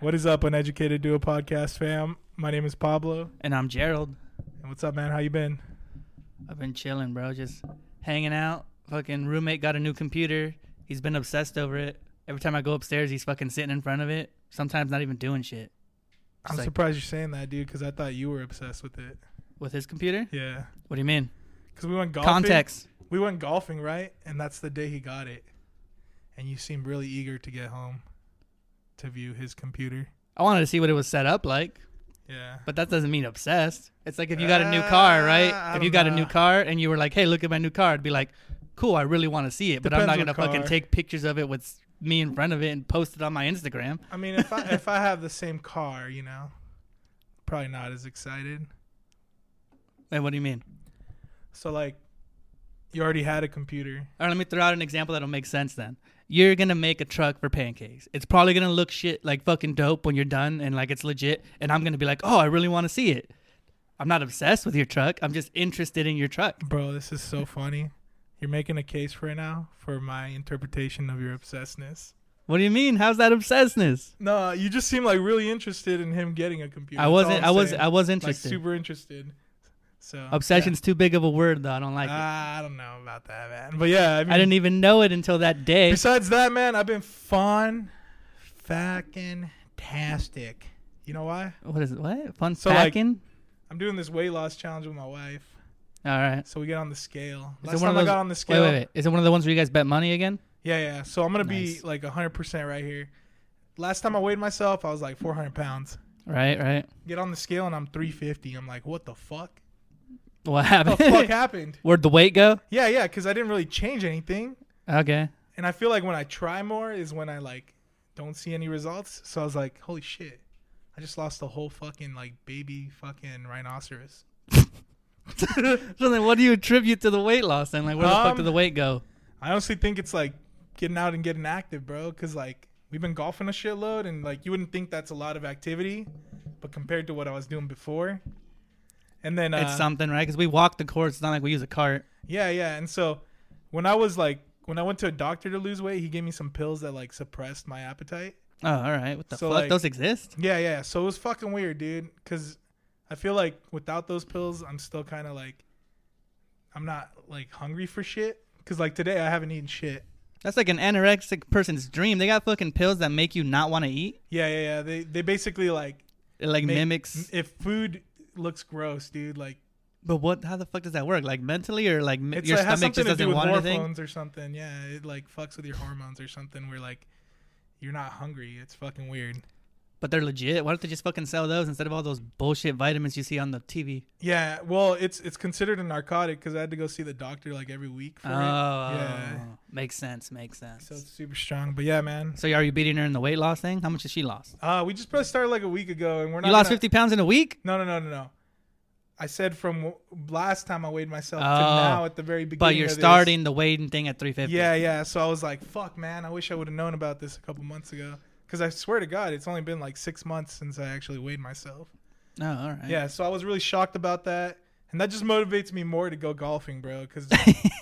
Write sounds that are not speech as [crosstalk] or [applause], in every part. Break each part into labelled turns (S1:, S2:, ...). S1: What is up, Uneducated Do a Podcast fam? My name is Pablo.
S2: And I'm Gerald.
S1: And what's up, man? How you been?
S2: I've been chilling, bro. Just hanging out. Fucking roommate got a new computer. He's been obsessed over it. Every time I go upstairs, he's fucking sitting in front of it. Sometimes not even doing shit.
S1: I'm
S2: like-
S1: surprised you're saying that, dude, because I thought you were obsessed with it.
S2: With his computer?
S1: Yeah.
S2: What do you mean?
S1: Because we went golfing.
S2: Context.
S1: We went golfing, right? And that's the day he got it. And you seemed really eager to get home to view his computer.
S2: I wanted to see what it was set up like,
S1: Yeah.
S2: but that doesn't mean obsessed. It's like if you got a new car, right?
S1: Ah, I
S2: if you
S1: don't
S2: got a new
S1: know.
S2: car and you were like, hey, look at my new car, I'd be like, cool, I really want to see it, but I'm not
S1: Depends
S2: going to
S1: what
S2: fucking
S1: car.
S2: take pictures of it with me in front of it and post it on my Instagram.
S1: I mean, if I
S2: [laughs]
S1: if I have the same car, you know, probably not as excited.
S2: Wait, what do you mean?
S1: So like, you already had a computer.
S2: All right, let me throw out an example that'll make sense then. You're gonna make a truck for pancakes. It's probably gonna look shit like fucking dope when you're done and like it's legit. And I'm gonna be like, oh, I really want to see it. I'm not obsessed with your truck. I'm just interested in your truck.
S1: Bro, this is so funny. You're making a case right now for my interpretation of your obsessedness.
S2: What do you mean? How's that obsessedness?
S1: No, you just seem like really interested in him getting a computer.
S2: I
S1: That's all
S2: wasn't.
S1: I'm
S2: I was.
S1: saying.
S2: I was
S1: like
S2: interested.
S1: super interested. So
S2: [laughs] Obsession's too big of a word though. I don't like
S1: Yeah.
S2: it.
S1: Ah, I don't know about that, man. But yeah, I mean,
S2: I didn't even know it
S1: [laughs]
S2: until that day.
S1: Besides that, man, I've been fun, fucking tastic. You know why?
S2: What is it? What fun
S1: So, like-
S2: packing?
S1: I'm doing this weight loss challenge with my wife.
S2: All right.
S1: So we get on the scale.
S2: Is it
S1: Last
S2: one
S1: time
S2: of
S1: I
S2: those-
S1: got on the
S2: Wait,
S1: scale.
S2: wait, wait. Is it one of the ones where you guys bet money again?
S1: Yeah, yeah. So I'm gonna
S2: Nice.
S1: be like 100% right here. Last time I weighed myself, I was like 400 pounds.
S2: Right, right.
S1: Get on the scale and I'm 350. I'm like, what the fuck? [laughs]
S2: What
S1: What
S2: happened?
S1: the Oh,
S2: [laughs]
S1: fuck happened?
S2: Where'd the weight go?
S1: Yeah, yeah. Because I didn't really change anything.
S2: Okay.
S1: And I feel like when I try more is when I like don't see any results. So I was like, holy shit. I just lost the whole fucking like baby fucking rhinoceros.
S2: So then, what do you attribute to the weight loss? Then, like, where the fuck
S1: Um,
S2: did the weight go?
S1: I honestly think it's like getting out and getting active, bro. Cause like we've been golfing a shitload, and like you wouldn't think that's a lot of activity, but compared to what I was doing before, and then uh,
S2: it's something, right? Because we walk the course. It's not like we use a cart.
S1: yeah, yeah. And so when I was like, when I went to a doctor to lose weight, he gave me some pills that like suppressed my appetite.
S2: Oh, all right. What the
S1: So,
S2: fuck?
S1: like-
S2: Those exist?
S1: Yeah, yeah. So it was fucking weird, dude. Cause I feel like without those pills, I'm still kind of like, I'm not like hungry for shit. Cause like today I haven't eaten shit.
S2: That's like an anorexic person's dream. They got fucking pills that make you not want to eat.
S1: Yeah, yeah, yeah. They they basically like
S2: It like
S1: Make-
S2: mimics.
S1: if food looks gross, dude, like
S2: But what? How the fuck does that work? Like mentally, or like m-
S1: it's
S2: your
S1: like, has
S2: stomach
S1: something
S2: just
S1: to do
S2: doesn't
S1: with
S2: want
S1: hormones
S2: anything?
S1: or something. Yeah, it like fucks with your hormones or something. Where like you're not hungry. It's fucking weird.
S2: But they're legit. Why don't they just fucking sell those instead of all those bullshit vitamins you see on the TV?
S1: Yeah, well, it's it's considered a narcotic because I had to go see the doctor like every week for
S2: Oh,
S1: it. Yeah,
S2: makes sense. Makes sense.
S1: so
S2: So,
S1: it's super strong. But yeah, man,
S2: are you beating her in the weight loss thing? How much has she lost?
S1: uh, we just probably started like a week ago, and we're not
S2: You lost
S1: gonna-
S2: fifty pounds in a week.
S1: No, no, no, no, no. I said from w- last time I weighed myself to
S2: Oh,
S1: now at the very beginning.
S2: But you're
S1: of this.
S2: starting the weighting thing at 350.
S1: Yeah, yeah. So I was like, fuck, man. I wish I would have known about this a couple months ago. Because I swear to God, it's only been like six months since I actually weighed myself.
S2: Oh, all right.
S1: Yeah, so I was really shocked about that. And that just motivates me more to go golfing, bro.
S2: [laughs]
S1: Because,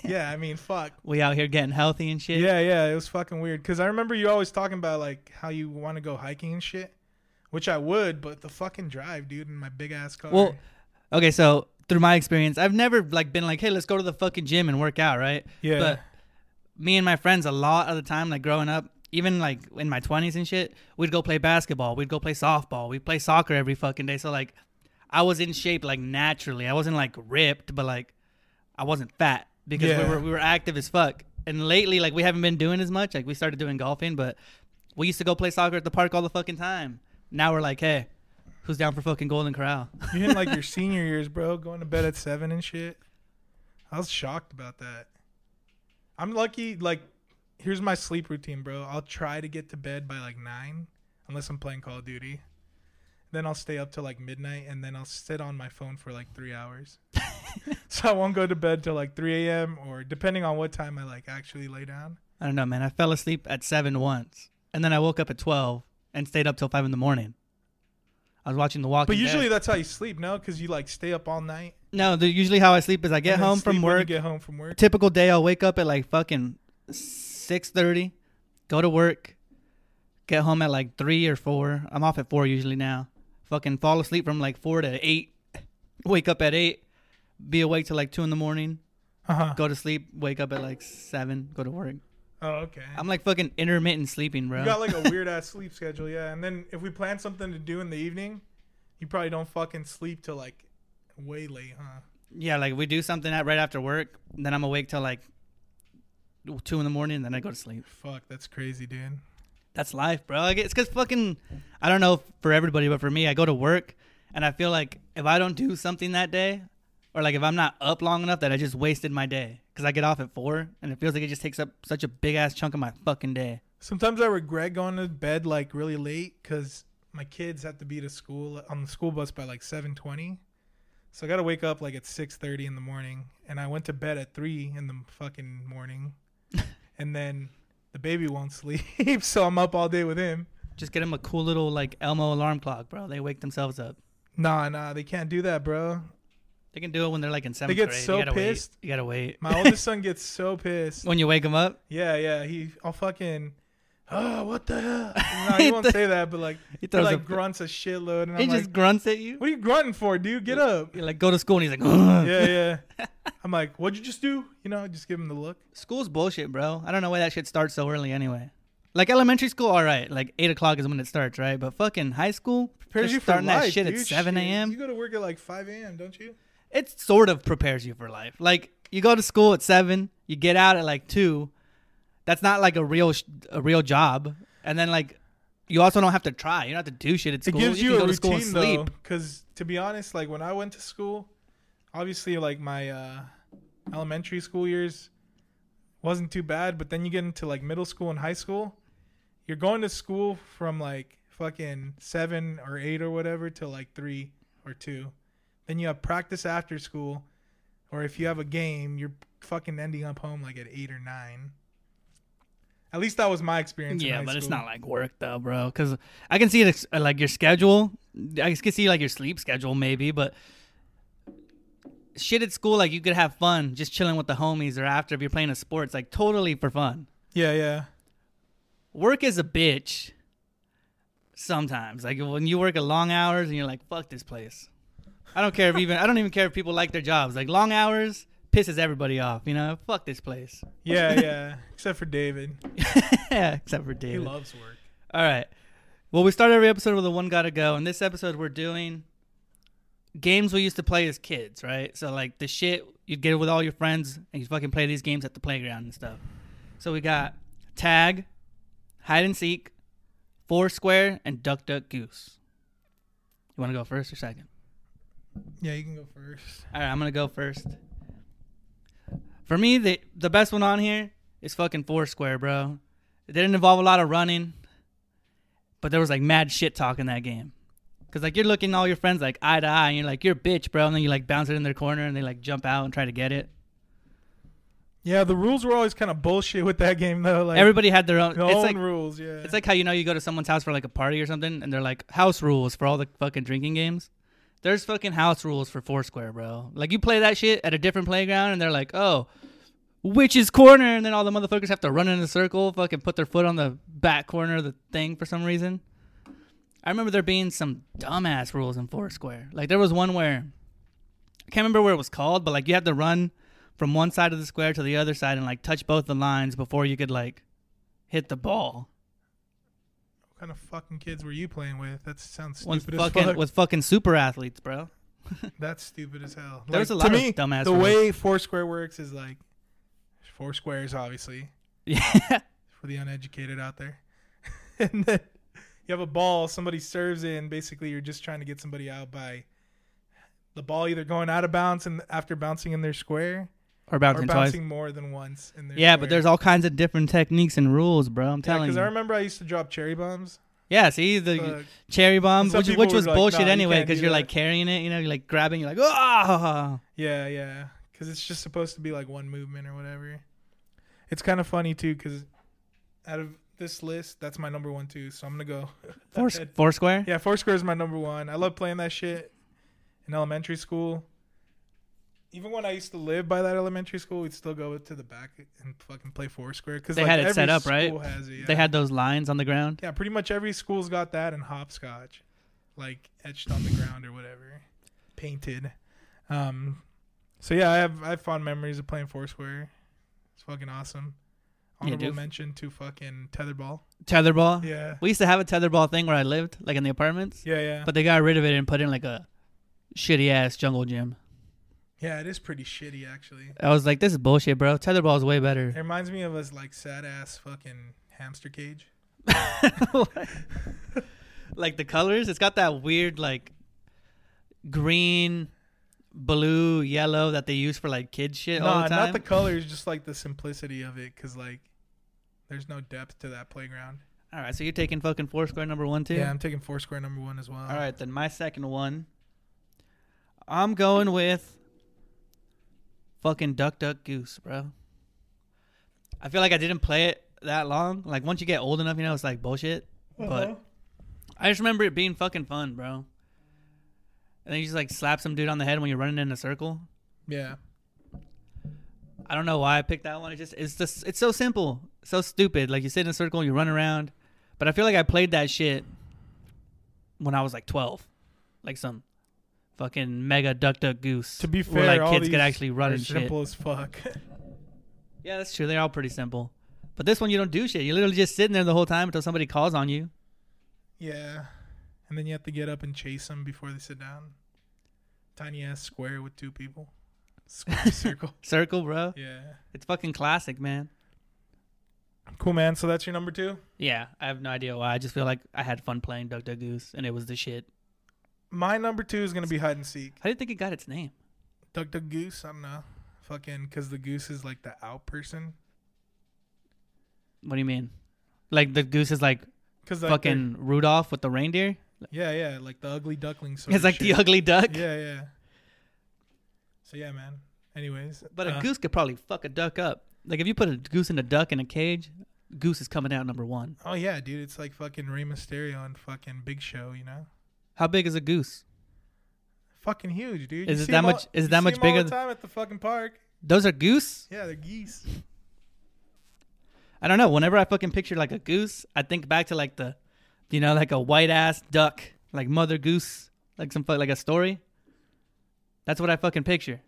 S1: yeah, I mean, fuck.
S2: We out here getting healthy and shit.
S1: Yeah, yeah. It was fucking weird. Because I remember you always talking about like how you want to go hiking and shit, which I would, but the fucking drive, dude, in my big ass car.
S2: Well, okay, so through my experience, I've never like been like, hey, let's go to the fucking gym and work out, right?
S1: Yeah.
S2: But me and my friends a lot of the time, like growing up, even like in my twenties and shit, we'd go play basketball, we'd go play softball, we'd play soccer every fucking day. So like I was in shape like naturally. I wasn't like ripped, but like I wasn't fat because
S1: Yeah.
S2: we were we were active as fuck. And lately, like we haven't been doing as much. Like we started doing golfing, but we used to go play soccer at the park all the fucking time. Now we're like, hey, who's down for fucking Golden Corral? [laughs]
S1: you hitting like your senior years, bro, going to bed at seven and shit. I was shocked about that. I'm lucky, like, here's my sleep routine, bro. I'll try to get to bed by like nine, unless I'm playing Call of Duty. Then I'll stay up till like midnight, and then I'll sit on my phone for like three
S2: [laughs]
S1: hours. so I won't go to bed till like 3 a.m. or depending on what time I like actually lay down.
S2: I don't know, man. I fell asleep at seven once, and then I woke up at twelve and stayed up till five in the morning. I was watching The Walking
S1: But
S2: Dead.
S1: usually that's how you sleep, no? Because you like stay up all night.
S2: no. The, usually how I sleep is I get
S1: and then
S2: home
S1: sleep
S2: from
S1: when you
S2: work.
S1: Get home from work.
S2: typical day I'll wake up at like fucking six thirty, go to work, get home at like three or four. I'm off at four usually now. Fucking fall asleep from like four to eight, wake up at eight, be awake till like two in the morning,
S1: Uh huh.
S2: go to sleep, wake up at like seven, go to work.
S1: Oh, okay.
S2: I'm like fucking intermittent sleeping, bro.
S1: you got like a weird ass sleep schedule, yeah. And then if we plan something to do in the evening, you probably don't fucking sleep till like way late, huh?
S2: yeah, like we do something at right after work, then I'm awake till like two in the morning, then I go to sleep.
S1: Fuck, that's crazy, dude.
S2: That's life, bro. Like, it's because fucking, I don't know for everybody, but for me, I go to work and I feel like if I don't do something that day, or like if I'm not up long enough, that I just wasted my day. Because I get off at four and it feels like it just takes up such a big ass chunk of my fucking day.
S1: Sometimes I regret going to bed like really late because my kids have to be to school on the school bus by like seven twenty, so I got to wake up like at six thirty in the morning. And I went to bed at three in the fucking morning, and then the baby won't sleep, [laughs] so I'm up all day with him.
S2: Just get them a cool little like Elmo alarm clock, bro. They wake themselves up.
S1: Nah, nah, they can't do that, bro.
S2: They can do it when they're like in seventh
S1: get
S2: grade.
S1: so
S2: you gotta
S1: pissed.
S2: Wait. You gotta wait.
S1: My oldest son gets so pissed.
S2: when you wake them up,
S1: Yeah, yeah. He, I'll fucking. Oh, what the [laughs] hell? No, he won't say that, but like he,
S2: throws
S1: like
S2: a-
S1: grunts a shitload, and
S2: he
S1: I'm like,
S2: just grunts at you.
S1: "What are you grunting for, dude? Get up!"
S2: You like go to school and he's like,
S1: Yeah, [laughs] yeah. I'm like, "What'd you just do?" You know, just give him the look.
S2: School's bullshit, bro. I don't know why that shit starts so early anyway. Like elementary school, all right. Like eight o'clock is when it starts, right? But fucking high school,
S1: Prepares
S2: just
S1: you for
S2: starting
S1: life,
S2: that shit
S1: dude.
S2: at seven
S1: Shit, You
S2: a.m.
S1: go to work at like five a.m., don't you?
S2: It sort of prepares you for life. Like you go to school at seven, you get out at like two. That's not like a real sh- a real job. And then like you also don't have to try. You don't have to do shit at school.
S1: It gives you,
S2: can
S1: a
S2: go to school and
S1: routine though,
S2: sleep.
S1: because to be honest, like when I went to school, obviously like my uh, elementary school years wasn't too bad, but then you get into like middle school and high school, you're going to school from like fucking seven or eight or whatever till like three or two, then you have practice after school, or if you have a game, you're fucking ending up home like at eight or nine. At least that was my experience. in
S2: Yeah,
S1: high
S2: but it's
S1: school.
S2: not like work though, bro. Because I can see it uh, like your schedule. I can see like your sleep schedule maybe, but shit at school like you could have fun just chilling with the homies or after if you're playing a sport. It's like totally for fun.
S1: Yeah, yeah.
S2: Work is a bitch. Sometimes like when you work at long hours and you're like fuck this place. I don't care if even I don't even care if people like their jobs. Like long hours pisses everybody off. You know fuck this place. [laughs]
S1: Yeah, [laughs] yeah. Except for David.
S2: yeah, except for David.
S1: He loves work.
S2: All right. Well, we start every episode with a one gotta go, and this episode we're doing games we used to play as kids, right? So like the shit you'd get with all your friends, and you fucking play these games at the playground and stuff. So we got tag, hide and seek, foursquare, and duck duck goose. You want to go first or second?
S1: Yeah, you can go first.
S2: All right, I'm gonna go first. For me, the the best one on here is fucking Foursquare, bro. It didn't involve a lot of running, but there was like mad shit talk in that game. Cause like you're looking all your friends like eye to eye, and you're like, "You're a bitch, bro," and then you like bounce it in their corner, and they like jump out and try to get it.
S1: Yeah, the rules were always kind of bullshit with that game though. Like
S2: Everybody had their own.
S1: their
S2: it's
S1: own
S2: like
S1: rules. Yeah.
S2: it's like how you know you go to someone's house for like a party or something, and they're like house rules for all the fucking drinking games. There's fucking house rules for Foursquare, bro. Like you play that shit at a different playground, and they're like, "Oh, witch's corner," and then all the motherfuckers have to run in a circle, fucking put their foot on the back corner of the thing for some reason. I remember there being some dumbass rules in Foursquare. Like there was one where I can't remember where it was called, but like you had to run from one side of the square to the other side and like touch both the lines before you could like hit the ball.
S1: what kind of fucking kids were you playing with? That sounds
S2: with
S1: stupid as
S2: fucking
S1: fuck.
S2: with fucking super athletes, bro.
S1: [laughs] That's stupid as hell.
S2: There was
S1: Like,
S2: a lot
S1: to
S2: of
S1: me,
S2: dumbass
S1: The
S2: rules.
S1: way Foursquare works is like four squares, obviously,
S2: Yeah,
S1: for the uneducated out there. [laughs] and then you have a ball. Somebody serves it, and basically you're just trying to get somebody out by the ball either going out of bounds and after bouncing in their square,
S2: or
S1: or
S2: bouncing twice.
S1: bouncing more than once. In their
S2: Yeah,
S1: square.
S2: but there's all kinds of different techniques and rules, bro. I'm telling
S1: because I
S2: you.
S1: remember I used to drop cherry bombs.
S2: Yeah, see the
S1: Fuck.
S2: cherry bomb,
S1: Some
S2: which,
S1: people
S2: which was
S1: were like,
S2: bullshit
S1: "Nah, you
S2: anyway,
S1: can't
S2: because
S1: do
S2: you're
S1: that."
S2: like carrying it, you know, you're like grabbing, you're like, oh,
S1: Yeah, yeah, because it's just supposed to be like one movement or whatever. It's kind of funny too, because out of this list, that's my number one too. So I'm gonna go. [laughs]
S2: Four, four square.
S1: yeah, Foursquare is my number one. I love playing that shit in elementary school. Even when I used to live by that elementary school, we'd still go to the back and fucking play Foursquare because
S2: They
S1: like,
S2: had it
S1: every
S2: set up, right?
S1: school has it, yeah.
S2: They had those lines on the ground.
S1: yeah, pretty much every school's got that and hopscotch, like etched on the ground or whatever, painted. Um, so yeah, I have I have fond memories of playing Foursquare. It's fucking awesome.
S2: Yeah,
S1: Honorable
S2: dude.
S1: mention to fucking tetherball.
S2: Tetherball.
S1: Yeah,
S2: We used to have a tetherball thing where I lived, like in the apartments,
S1: yeah, yeah.
S2: but they got rid of it and put in like a shitty ass jungle gym.
S1: yeah, it is pretty shitty actually.
S2: I was like, this is bullshit, bro. Tetherball is way better.
S1: It reminds me of his like sad ass fucking hamster cage.
S2: [laughs] like the colors, it's got that weird like green, blue, yellow that they use for like kid shit all
S1: Nah,
S2: the time.
S1: not the colors, just like the simplicity of it, cause like there's no depth to that playground.
S2: all right, so you're taking fucking Foursquare number one too.
S1: Yeah, I'm taking Foursquare number one as well.
S2: All right, then my second one. I'm going with fucking Duck Duck Goose, bro. I feel like I didn't play it that long. Like once you get old enough, you know, it's like bullshit.
S1: Uh-huh.
S2: But I just remember it being fucking fun, bro. And then you just like slap some dude on the head when you're running in a circle.
S1: yeah,
S2: I don't know why I picked that one. It just it's just it's so simple, so stupid. Like you sit in a circle, you run around. But I feel like I played that shit when I was like twelve, like some fucking mega duck duck goose.
S1: to be fair,
S2: where like
S1: all
S2: kids
S1: these
S2: could actually run
S1: are
S2: and shit.
S1: simple as fuck. [laughs]
S2: Yeah, that's true. They're all pretty simple. But this one you don't do shit. You're literally just sitting there the whole time until somebody calls on you.
S1: yeah, and then you have to get up and chase them before they sit down. Tiny ass square with two people,
S2: [laughs]
S1: square circle.
S2: Circle, bro.
S1: Yeah,
S2: It's fucking classic, man.
S1: cool man. So that's your number two.
S2: Yeah, I have no idea why. I just feel like I had fun playing Duck Duck Goose, and it was the shit.
S1: My number two is gonna be hide and seek.
S2: How do you think it got its name?
S1: Duck Duck Goose. I don't know. Fucking, cause the goose is like the out person.
S2: What do you mean? Like the goose is like
S1: Cause like they're-
S2: fucking Rudolph with the reindeer.
S1: yeah, yeah, like the ugly duckling. Sort
S2: It's like the ugly duck.
S1: Yeah, yeah. So yeah, man. Anyways,
S2: But a
S1: uh,
S2: goose could probably fuck a duck up. Like if you put a goose and a duck in a cage, goose is coming out number one.
S1: Oh yeah, dude, it's like fucking Rey Mysterio and fucking Big Show, you know?
S2: How big is a goose?
S1: Fucking huge, dude.
S2: Is
S1: You
S2: it
S1: see
S2: that
S1: 'em all-
S2: much- is it
S1: you
S2: that
S1: see
S2: much
S1: 'em
S2: bigger
S1: All the
S2: th-
S1: time at the fucking park.
S2: Those are goose?
S1: Yeah, they're geese.
S2: I don't know. Whenever I fucking picture like a goose, I think back to like the, you know, like a white ass duck, like mother goose, like some fu- like a story. That's what I fucking picture.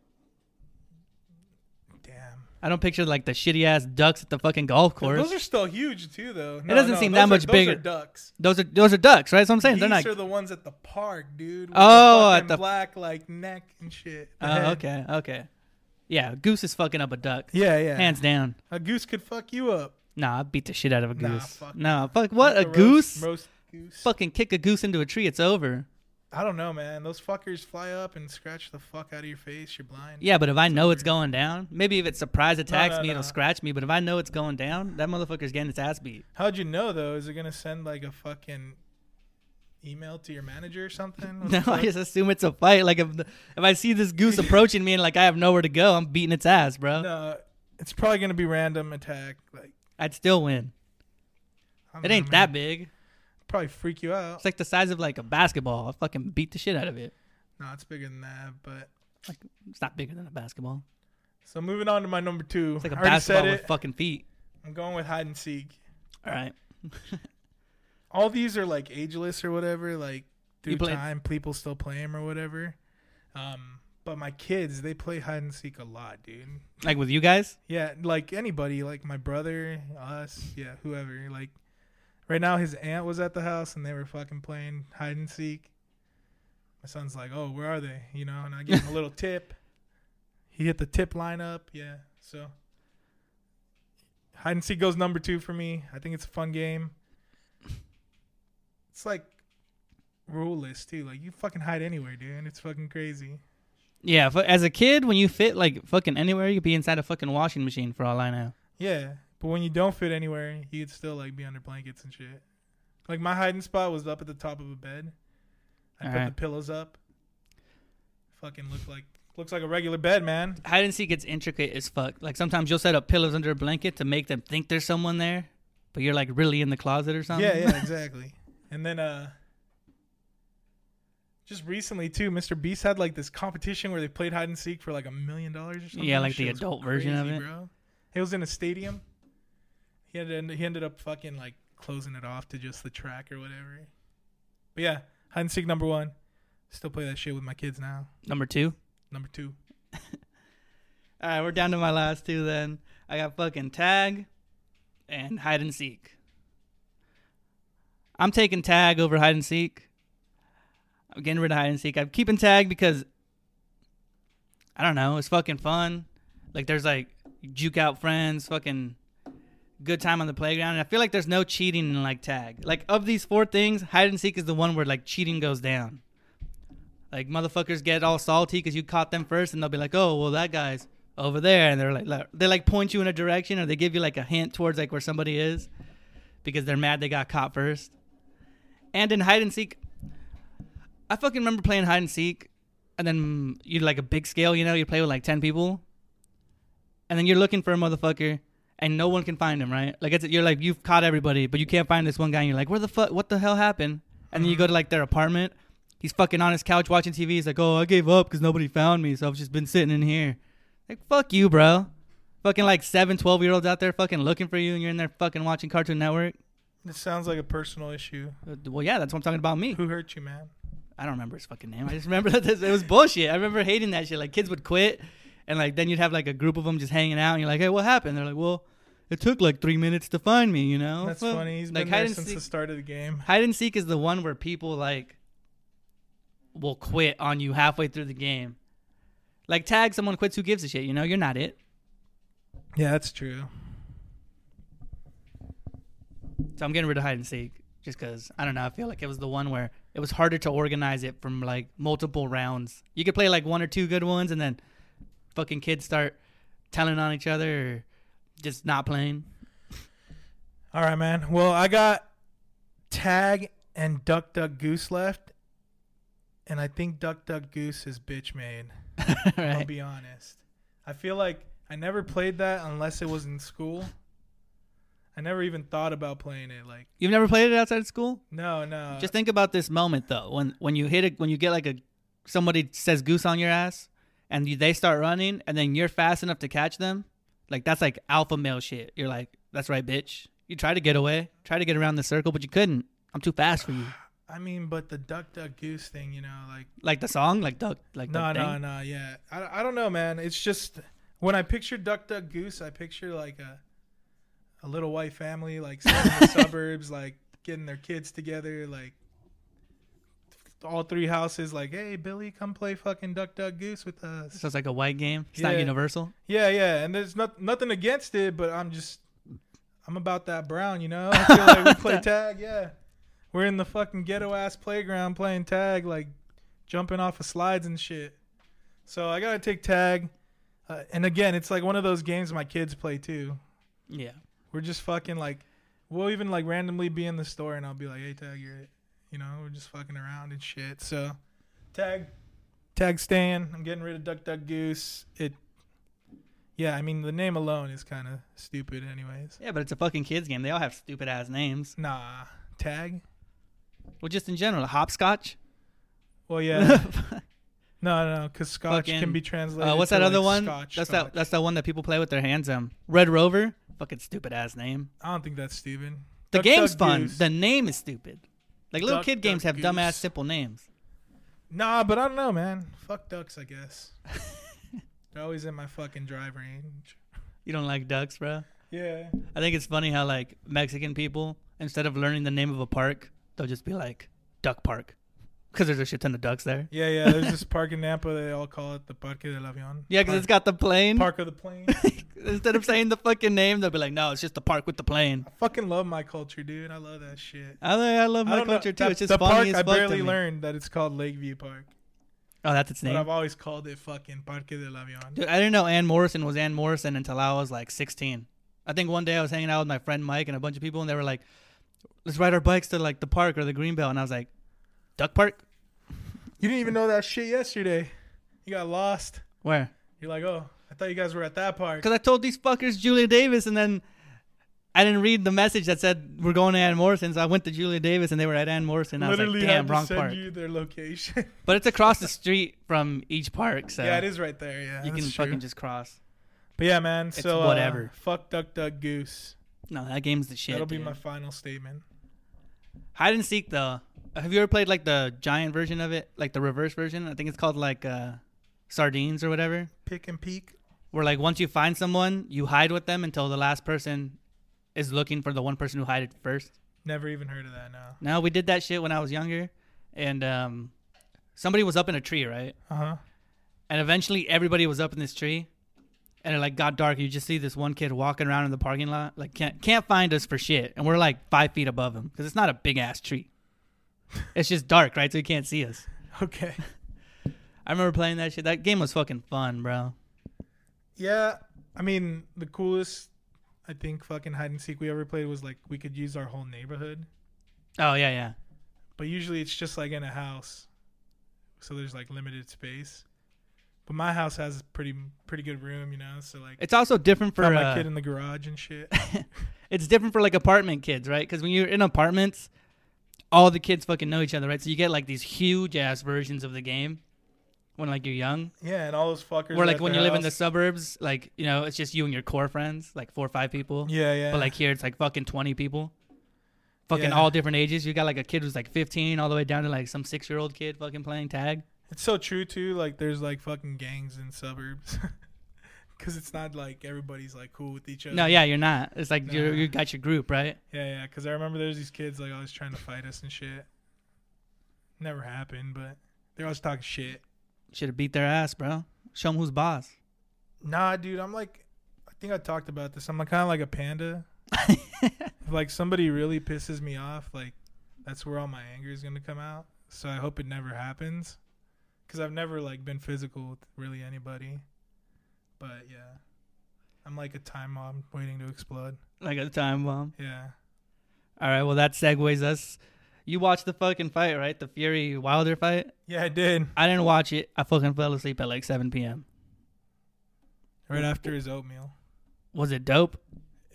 S1: Damn.
S2: I don't picture like the shitty ass ducks at the fucking golf course.
S1: Those are still huge too, though. No,
S2: doesn't
S1: no,
S2: seem
S1: those
S2: that
S1: are-
S2: much
S1: those
S2: bigger.
S1: Are ducks.
S2: those are those are ducks, right? That's what I'm saying.
S1: Geese
S2: They're not.
S1: are the ones at the park, dude. with
S2: Oh,
S1: the
S2: at
S1: fucking
S2: the-
S1: black like neck and shit. The
S2: Oh,
S1: head.
S2: okay, okay. Yeah, goose is fucking up a duck.
S1: Yeah, yeah.
S2: Hands down.
S1: A goose could fuck you up.
S2: Nah, I beat the shit out of a
S1: Nah,
S2: goose.
S1: fuck.
S2: Nah, fuck what? A
S1: roast-
S2: goose?
S1: Roast goose.
S2: Fucking kick a goose into a tree, it's over.
S1: I don't know, man. Those fuckers fly up and scratch the fuck out of your face. You're blind.
S2: Yeah, but if I know it's going down, maybe if it surprise attacks
S1: no,
S2: me,
S1: no.
S2: it'll scratch me. But if I know it's going down, that motherfucker's getting its ass beat.
S1: How'd you know though? Is it gonna send like a fucking email to your manager or
S2: [laughs]
S1: something? What the
S2: No, I
S1: fuck?
S2: just assume it's a fight. Like if the, if I see
S1: [laughs]
S2: this goose approaching me and like I have nowhere to go, I'm beating its ass, bro.
S1: no. uh, It's probably gonna be random attack. Like
S2: I'd still win.
S1: I
S2: It
S1: don't
S2: ain't
S1: know,
S2: that
S1: man.
S2: big.
S1: Probably freak you out.
S2: It's like the size of like a basketball. I fucking beat the shit out of it.
S1: no, it's bigger than that. But
S2: It's not bigger than a basketball.
S1: so moving on to my number two.
S2: It's like a
S1: I already said
S2: basketball with
S1: it.
S2: fucking feet.
S1: I'm going with hide and seek.
S2: All right.
S1: All these are like ageless or whatever. Like through
S2: You play-
S1: time, people still play them or whatever. Um, but my kids, they play hide and seek a lot, dude.
S2: Like with you guys?
S1: Yeah, like anybody, like my brother, us, yeah, whoever. Like right now, his aunt was at the house and they were fucking playing hide and seek. My son's like, "Oh, where are they?" You know, and I give him a little tip. He hit the tip line up, yeah. So hide and seek goes number two for me. I think it's a fun game. It's like ruleless too. Like you fucking hide anywhere, dude, and it's fucking crazy.
S2: Yeah, fu- as a kid, when you fit like fucking anywhere, you could be inside a fucking washing machine for all I know.
S1: Yeah, but when you don't fit anywhere, you could still like be under blankets and shit. Like my hiding spot was up at the top of a bed. I put
S2: Alright.
S1: the pillows up. Fucking look like looks like a regular bed, man.
S2: Hide and seek gets intricate as fuck. Like sometimes you'll set up pillows under a blanket to make them think there's someone there. but you're like really in the closet or something.
S1: Yeah, yeah, [laughs] exactly. and then uh just recently too, Mr. Beast had like this competition where they played hide and seek for like a million dollars or something.
S2: Yeah, like
S1: Shit
S2: the
S1: was
S2: adult version of it.
S1: Bro. It was in a stadium. He ended he ended up fucking like closing it off to just the track or whatever. But yeah, hide and seek number one. Still play that shit with my kids now.
S2: Number two.
S1: Number two.
S2: All right, we're down to my last two then. I got fucking tag and hide and seek. I'm taking tag over hide and seek. I'm getting rid of hide and seek. I'm keeping tag because I don't know, it's fucking fun. Like there's like juke out friends, fucking good time on the playground. And I feel like there's no cheating in like tag. Like of these four things, hide and seek is the one where like cheating goes down. Like motherfuckers get all salty because you caught them first, and they'll be like, "Oh, well, that guy's over there," and they're like, like- they like point you in a direction, or they give you like a hint towards like where somebody is, because they're mad they got caught first. And in hide and seek, I fucking remember playing hide and seek, and then you like a big scale, you know, you play with like ten people, and then you're looking for a motherfucker, and no one can find him, right? Like it's you're like you've caught everybody, but you can't find this one guy, and you're like, where the fuck, what the hell happened? And then you go to like their apartment. He's fucking on his couch watching TV. He's like, "Oh, I gave up because nobody found me, so I've just been sitting in here." Like, fuck you, bro. Fucking like seven, 12 year olds out there fucking looking for you, and you're in there fucking watching Cartoon Network.
S1: This sounds like a personal issue.
S2: Uh, Well, yeah, that's what I'm talking about. Me.
S1: Who hurt you, man?
S2: I don't remember his fucking name. I just remember [laughs] that this, it was bullshit. I remember hating that shit. Like kids would quit, and like then you'd have like a group of them just hanging out, and you're like, "Hey, what happened?" They're like, "Well, it took like three minutes to find me," you know.
S1: That's
S2: Well,
S1: funny. He's
S2: like,
S1: been
S2: hide
S1: there
S2: and
S1: since
S2: seek-
S1: the start of the game.
S2: hide and seek is the one where people like will quit on you halfway through the game. Like tag someone quits, who gives a shit? You know, you're not it.
S1: Yeah, that's true.
S2: So I'm getting rid of hide and seek just because I don't know. I feel like it was the one where it was harder to organize it from like multiple rounds. You could play like one or two good ones, and then fucking kids start telling on each other or just not playing. [laughs]
S1: All right, man. Well, I got Tag and Duck Duck Goose left, and I think Duck Duck Goose is bitch made. I'll
S2: right?
S1: be honest. I feel like I never played that unless it was in school. I never even thought about playing it. Like,
S2: You've never played it outside of school.
S1: no, no.
S2: Just think about this moment though, when when you hit it, when you get like a somebody says goose on your ass, and you, they start running, and then you're fast enough to catch them, like that's like alpha male shit. You're like, that's right, bitch. You try to get away, try to get around the circle, but you couldn't. I'm too fast for you.
S1: I mean, but the Duck Duck Goose thing, you know, like,
S2: Like the song, like duck, like
S1: no,
S2: the thing.
S1: no, no. Yeah, I, I don't know, man. It's just when I picture Duck Duck Goose, I picture like a a little white family, like sitting
S2: [laughs]
S1: in the suburbs, like getting their kids together, like all three houses, like, hey, Billy, come play fucking Duck Duck Goose with us.
S2: So it's like a white game. It's not
S1: Yeah.
S2: universal.
S1: Yeah, yeah. And there's not, nothing against it, but I'm just I'm about that brown, you know. I feel like we play tag. Yeah, we're in the fucking ghetto ass playground playing tag, like jumping off of slides and shit. So I gotta take tag. Uh, and again, it's like one of those games my kids play too.
S2: Yeah.
S1: We're just fucking like, we'll even like randomly be in the store and I'll be like, hey, tag, you're it. You know, we're just fucking around and shit. So, tag, tag Stan. I'm getting rid of Duck Duck Goose. It, yeah, I mean, the name alone is kind of stupid, anyways.
S2: Yeah, but it's a fucking kids game. They all have stupid ass names.
S1: Nah, tag.
S2: Well, just in general, hopscotch.
S1: Well,
S2: [laughs]
S1: yeah, no, no, because Scotch
S2: Fucking-
S1: can be translated.
S2: Uh, what's
S1: to,
S2: that other
S1: like,
S2: one?
S1: Scotch,
S2: that's
S1: Scotch.
S2: that. That's the one that people play with their hands. Um, Red Rover. Fucking stupid ass name.
S1: I don't think that's stupid.
S2: The
S1: Duck
S2: game's
S1: Duck
S2: fun.
S1: Goose.
S2: The name is stupid. Like little
S1: Duck
S2: kid
S1: Duck
S2: games have dumbass
S1: Goose.
S2: simple names.
S1: Nah, but I don't know, man. Fuck ducks, I
S2: [laughs]
S1: guess. They're always in my fucking drive range.
S2: You don't like ducks, bro.
S1: Yeah.
S2: I think it's funny how like Mexican people, instead of learning the name of a park, they'll just be like Duck Park, because there's a shit ton of ducks there.
S1: Yeah, yeah. There's this park in Napa. They all call it the Parque del Avión.
S2: Yeah, because
S1: Park-
S2: it's got the plane.
S1: Park of the Plane.
S2: [laughs] Instead of saying the fucking name, they'll be like, "No, it's just the park with the plane."
S1: Fucking love my culture, dude. I love that shit.
S2: I, I love
S1: I
S2: my
S1: don't know-
S2: culture too.
S1: that-
S2: it's just
S1: the
S2: funny
S1: park.
S2: as
S1: I
S2: fuck
S1: barely
S2: to me.
S1: learned that it's called Lakeview Park,
S2: Oh, that's its
S1: but I've
S2: name.
S1: always called it fucking Parque del Avión.
S2: Dude, I didn't know Ann Morrison was Ann Morrison until I was like 16. I think one day I was hanging out with my friend Mike and a bunch of people, and they were like, "Let's ride our bikes to like the park or the Greenbelt," and I was like, "Duck Park?
S1: You didn't even know that shit yesterday. You got lost.
S2: Where?"
S1: You're like, oh, I thought you guys were at that park.
S2: Because I told these fuckers Julia Davis, and then I didn't read the message that said we're going to Ann Morrison, so I went to Julia Davis and they were at Ann Morrison. I was
S1: Literally
S2: like,
S1: had
S2: damn,
S1: to
S2: wrong
S1: send
S2: park.
S1: you their location. [laughs]
S2: But it's across the street from each park, so
S1: yeah, it is right there. Yeah,
S2: you can
S1: that's true.
S2: fucking just cross.
S1: But yeah, man. So
S2: whatever.
S1: Uh, fuck Duck Duck Goose.
S2: No, that game's the shit.
S1: That'll be
S2: dude.
S1: my final statement.
S2: hide and seek though. Have you ever played like the giant version of it, like the reverse version? I think it's called like uh, sardines or whatever.
S1: Pick and peek.
S2: Where like once you find someone, you hide with them until the last person is looking for the one person who hid it first.
S1: Never even heard of that. No.
S2: No, we did that shit when I was younger, and um, somebody was up in a tree, right?
S1: Uh huh.
S2: And eventually, everybody was up in this tree, and it like got dark. You just see this one kid walking around in the parking lot, like can't can't find us for shit, and we're like five feet above him because it's not a big ass tree. it's just dark, right? So he can't see us.
S1: [laughs] Okay.
S2: I remember playing that shit. That game was fucking fun, bro.
S1: Yeah, I mean the coolest, I think, fucking hide and seek we ever played was like we could use our whole neighborhood,
S2: Oh yeah, yeah.
S1: but usually it's just like in a house, so there's like limited space. But my house has a pretty pretty good room, you know. So like
S2: It's also different for
S1: got my
S2: uh,
S1: kid in the garage and
S2: [laughs]
S1: shit.
S2: it's different for like apartment kids, right? Because when you're in apartments, all the kids fucking know each other, right? So you get like these huge ass versions of the game when like you're young.
S1: yeah, and all those fuckers.
S2: Where
S1: are
S2: like
S1: at
S2: when you
S1: their
S2: live in the
S1: house.
S2: suburbs, like you know, it's just you and your core friends, like four or five people.
S1: Yeah, yeah.
S2: But like here, it's like fucking twenty people, fucking
S1: Yeah.
S2: all different ages. You got like a kid who's like fifteen, all the way down to like some six year old kid fucking playing tag.
S1: it's so true too. Like there's like fucking gangs in suburbs, [laughs] because it's not like everybody's like cool with each other.
S2: No, yeah, you're not. It's like you
S1: Nah.
S2: you got your group, right?
S1: Yeah, yeah. Because I remember there's these kids like always trying to fight us and shit. Never happened, but they're always talking shit.
S2: Should have beat their ass, bro. Show them who's boss.
S1: Nah, dude. I'm like, I think I talked about this. I'm like kind of like a panda. if like somebody really pisses me off, like that's where all my anger is gonna come out. So I hope it never happens. Cause I've never like been physical with really anybody. But yeah, I'm like a time bomb waiting to explode.
S2: Like a time bomb.
S1: Yeah.
S2: All right, well that segues us. You watched the fucking fight, right? The Fury Wilder fight.
S1: Yeah, I did.
S2: I didn't watch it. I fucking fell asleep at like 7 p.m.
S1: Right after his oatmeal.
S2: Was it dope?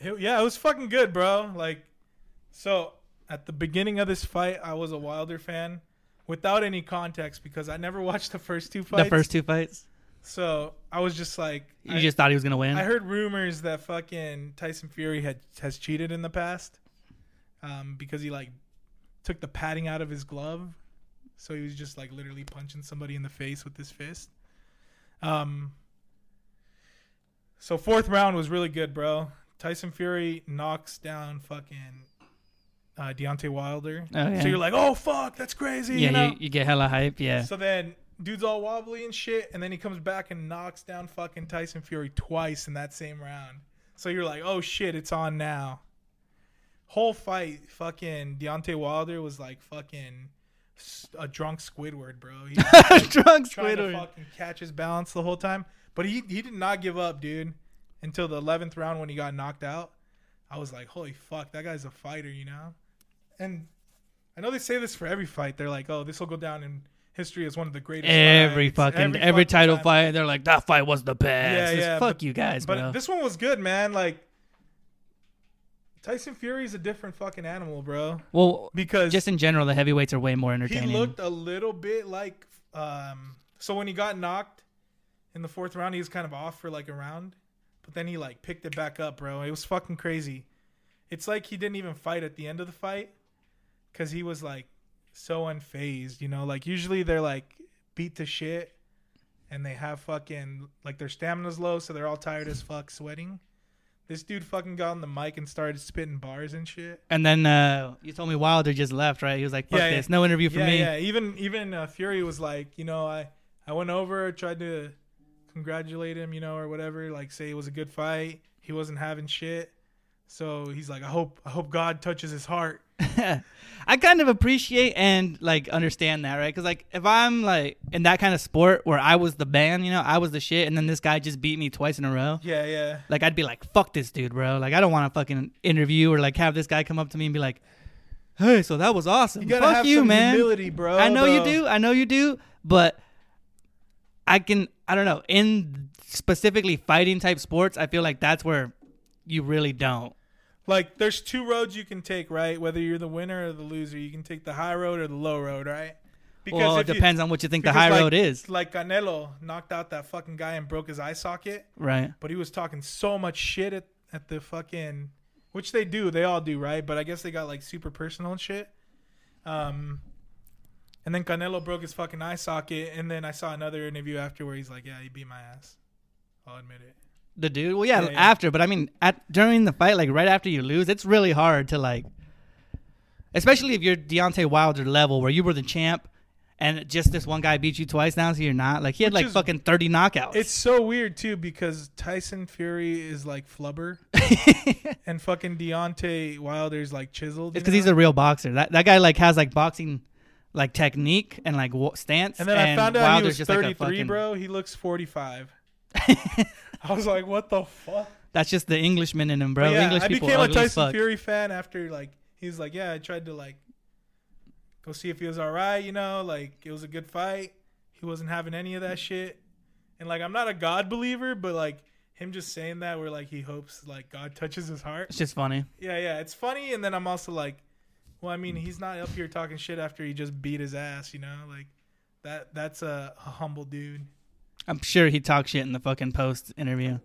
S1: It- yeah, it was fucking good, bro. Like, so at the beginning of this fight, I was a Wilder fan without any context because I never [laughs] watched the first two fights.
S2: The first two fights.
S1: So I was just like,
S2: You
S1: I,
S2: just thought he was gonna win.
S1: I heard rumors that fucking Tyson Fury had has cheated in the past, um, because he like took the padding out of his glove, so he was just like literally punching somebody in the face with his fist. Um. So fourth round was really good, bro. Tyson Fury knocks down fucking uh, Deontay Wilder.
S2: Oh, yeah.
S1: So you're like, oh fuck, that's crazy.
S2: yeah,
S1: you know?
S2: you, you get hella
S1: [laughs]
S2: hype. Yeah,
S1: So then dude's all wobbly and shit, and then he comes back and knocks down fucking Tyson Fury twice in that same round. So you're like, oh shit, it's on now. Whole fight, fucking Deontay Wilder was like fucking s- a drunk Squidward, bro. He
S2: [laughs]
S1: was
S2: drunk
S1: trying to
S2: Squidward.
S1: fucking catch his balance the whole time, but he he did not give up, dude, until the eleventh round when he got knocked out. I was like, holy fuck, that guy's a fighter, you know. And I know they say this for every fight. They're like, oh, this will go down in history as one of the greatest.
S2: Every
S1: fights,
S2: fucking every,
S1: fucking
S2: title
S1: time."
S2: fight, they're like that fight was the best.
S1: Yeah,
S2: It's
S1: yeah,
S2: fuck
S1: but-
S2: you guys,
S1: But
S2: bro.
S1: this one was good, man. Like Tyson Fury's a different fucking animal, bro.
S2: well,
S1: Because
S2: just in general, the heavyweights are way more entertaining.
S1: He looked a little bit like um so when he got knocked in the fourth round, he was kind of off for like a round, but then he like picked it back up, bro. It was fucking crazy. It's like he didn't even fight at the end of the fight cuz he was like so unfazed, you know? Like usually they're like beat to shit and they have fucking like their stamina's low, so they're all tired as fuck, sweating. This dude fucking got on the mic and started spitting bars and shit.
S2: and then uh, you told me Wilder just left, right? He was like, "Fuck
S1: Yeah, yeah.
S2: this, no interview for
S1: yeah,
S2: me."
S1: Yeah, even even uh, Fury was like, you know, I I went over, tried to congratulate him, you know, or whatever, like say it was a good fight. He wasn't having shit. So he's like, I hope I hope God touches his heart.
S2: [laughs] I kind of appreciate and like understand that, right? Because like if I'm like in that kind of sport where I was the man, you know, I was the shit, and then this guy just beat me twice in a row.
S1: Yeah, yeah.
S2: Like I'd be like, "Fuck this dude, bro!" Like I don't want to fucking interview or like have this guy come up to me and be like, "Hey, so that was awesome.
S1: You gotta
S2: Fuck
S1: have
S2: you,
S1: some
S2: man.
S1: humility, bro.
S2: I know
S1: though.
S2: you do. I know you do. But I can. I don't know. In specifically fighting type sports, I feel like that's where you really don't.
S1: Like there's two roads you can take, right? Whether you're the winner or the loser, you can take the high road or the low road, right?
S2: well, it
S1: if you-
S2: depends on what you think the
S1: because,
S2: high
S1: like-
S2: road is,
S1: Like Canelo knocked out that fucking guy and broke his eye socket,
S2: right?
S1: but he was talking so much shit at, at the fucking, which they do, they all do, right? But I guess they got like super personal and shit. Um, and then Canelo broke his fucking eye socket, and then I saw another interview after where he's like, "Yeah, he beat my ass." I'll admit it.
S2: The dude. Well, yeah,
S1: Yeah, yeah.
S2: after, but I mean, at during the fight, like right after you lose, it's really hard to like, especially if you're Deontay Wilder level, where you were the champ, and just this one guy beat you twice. Now, so you're not like he had
S1: Which
S2: like
S1: is-
S2: fucking thirty knockouts.
S1: It's so weird too because Tyson Fury is like
S2: [laughs]
S1: flubber, and fucking Deontay Wilder's like chiseled.
S2: It's
S1: you
S2: because he's
S1: know?
S2: a real boxer. That that guy like has like boxing, like technique and like wo- stance.
S1: And then I found out he was
S2: Wilder's just like a
S1: 33,
S2: fucking-
S1: bro. He looks 45.
S2: [laughs]
S1: I was like, what the fuck?
S2: That's just the Englishman in him, bro.
S1: But yeah,
S2: English
S1: I
S2: people
S1: became a
S2: ugly as
S1: Tyson
S2: fuck.
S1: Fury fan after like he's like, yeah, I tried to like go see if he was all right, you know, like it was a good fight. He wasn't having any of that shit, and like I'm not a God believer, but like him just saying that, where like he hopes like God touches his heart.
S2: It's just funny.
S1: Yeah, yeah, it's funny, and then I'm also like, well, I mean, he's not up here talking shit after he just beat his ass, you know, like that. That's a, a humble dude.
S2: I'm sure he talked shit in the fucking post interview.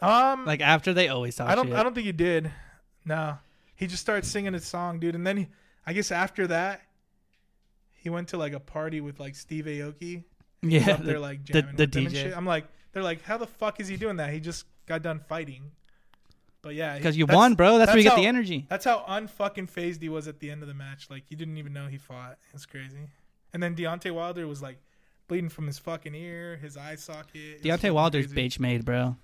S1: Um,
S2: Like after they always talk
S1: I don't,
S2: Oh, shit.
S1: I don't think he did. No, he just started singing his song, dude, and then he, I guess after that, he went to like a party with like Steve Aoki. He's
S2: [laughs] yeah,
S1: up there
S2: the-
S1: like jamming
S2: the
S1: with them and
S2: DJ.
S1: shit. I'm like, they're like, how the fuck is he doing that? He just got done fighting. But yeah, he-
S2: Because you
S1: that's-
S2: won, bro. That's, where you get
S1: how-
S2: the energy.
S1: That's how unfucking phased he was at the end of the match. Like you didn't even know he fought. It's crazy. And then Deontay Wilder was like bleeding from his fucking ear, his eye socket. It was
S2: Deontay
S1: fucking
S2: Wilder's
S1: crazy.
S2: bitch made, bro.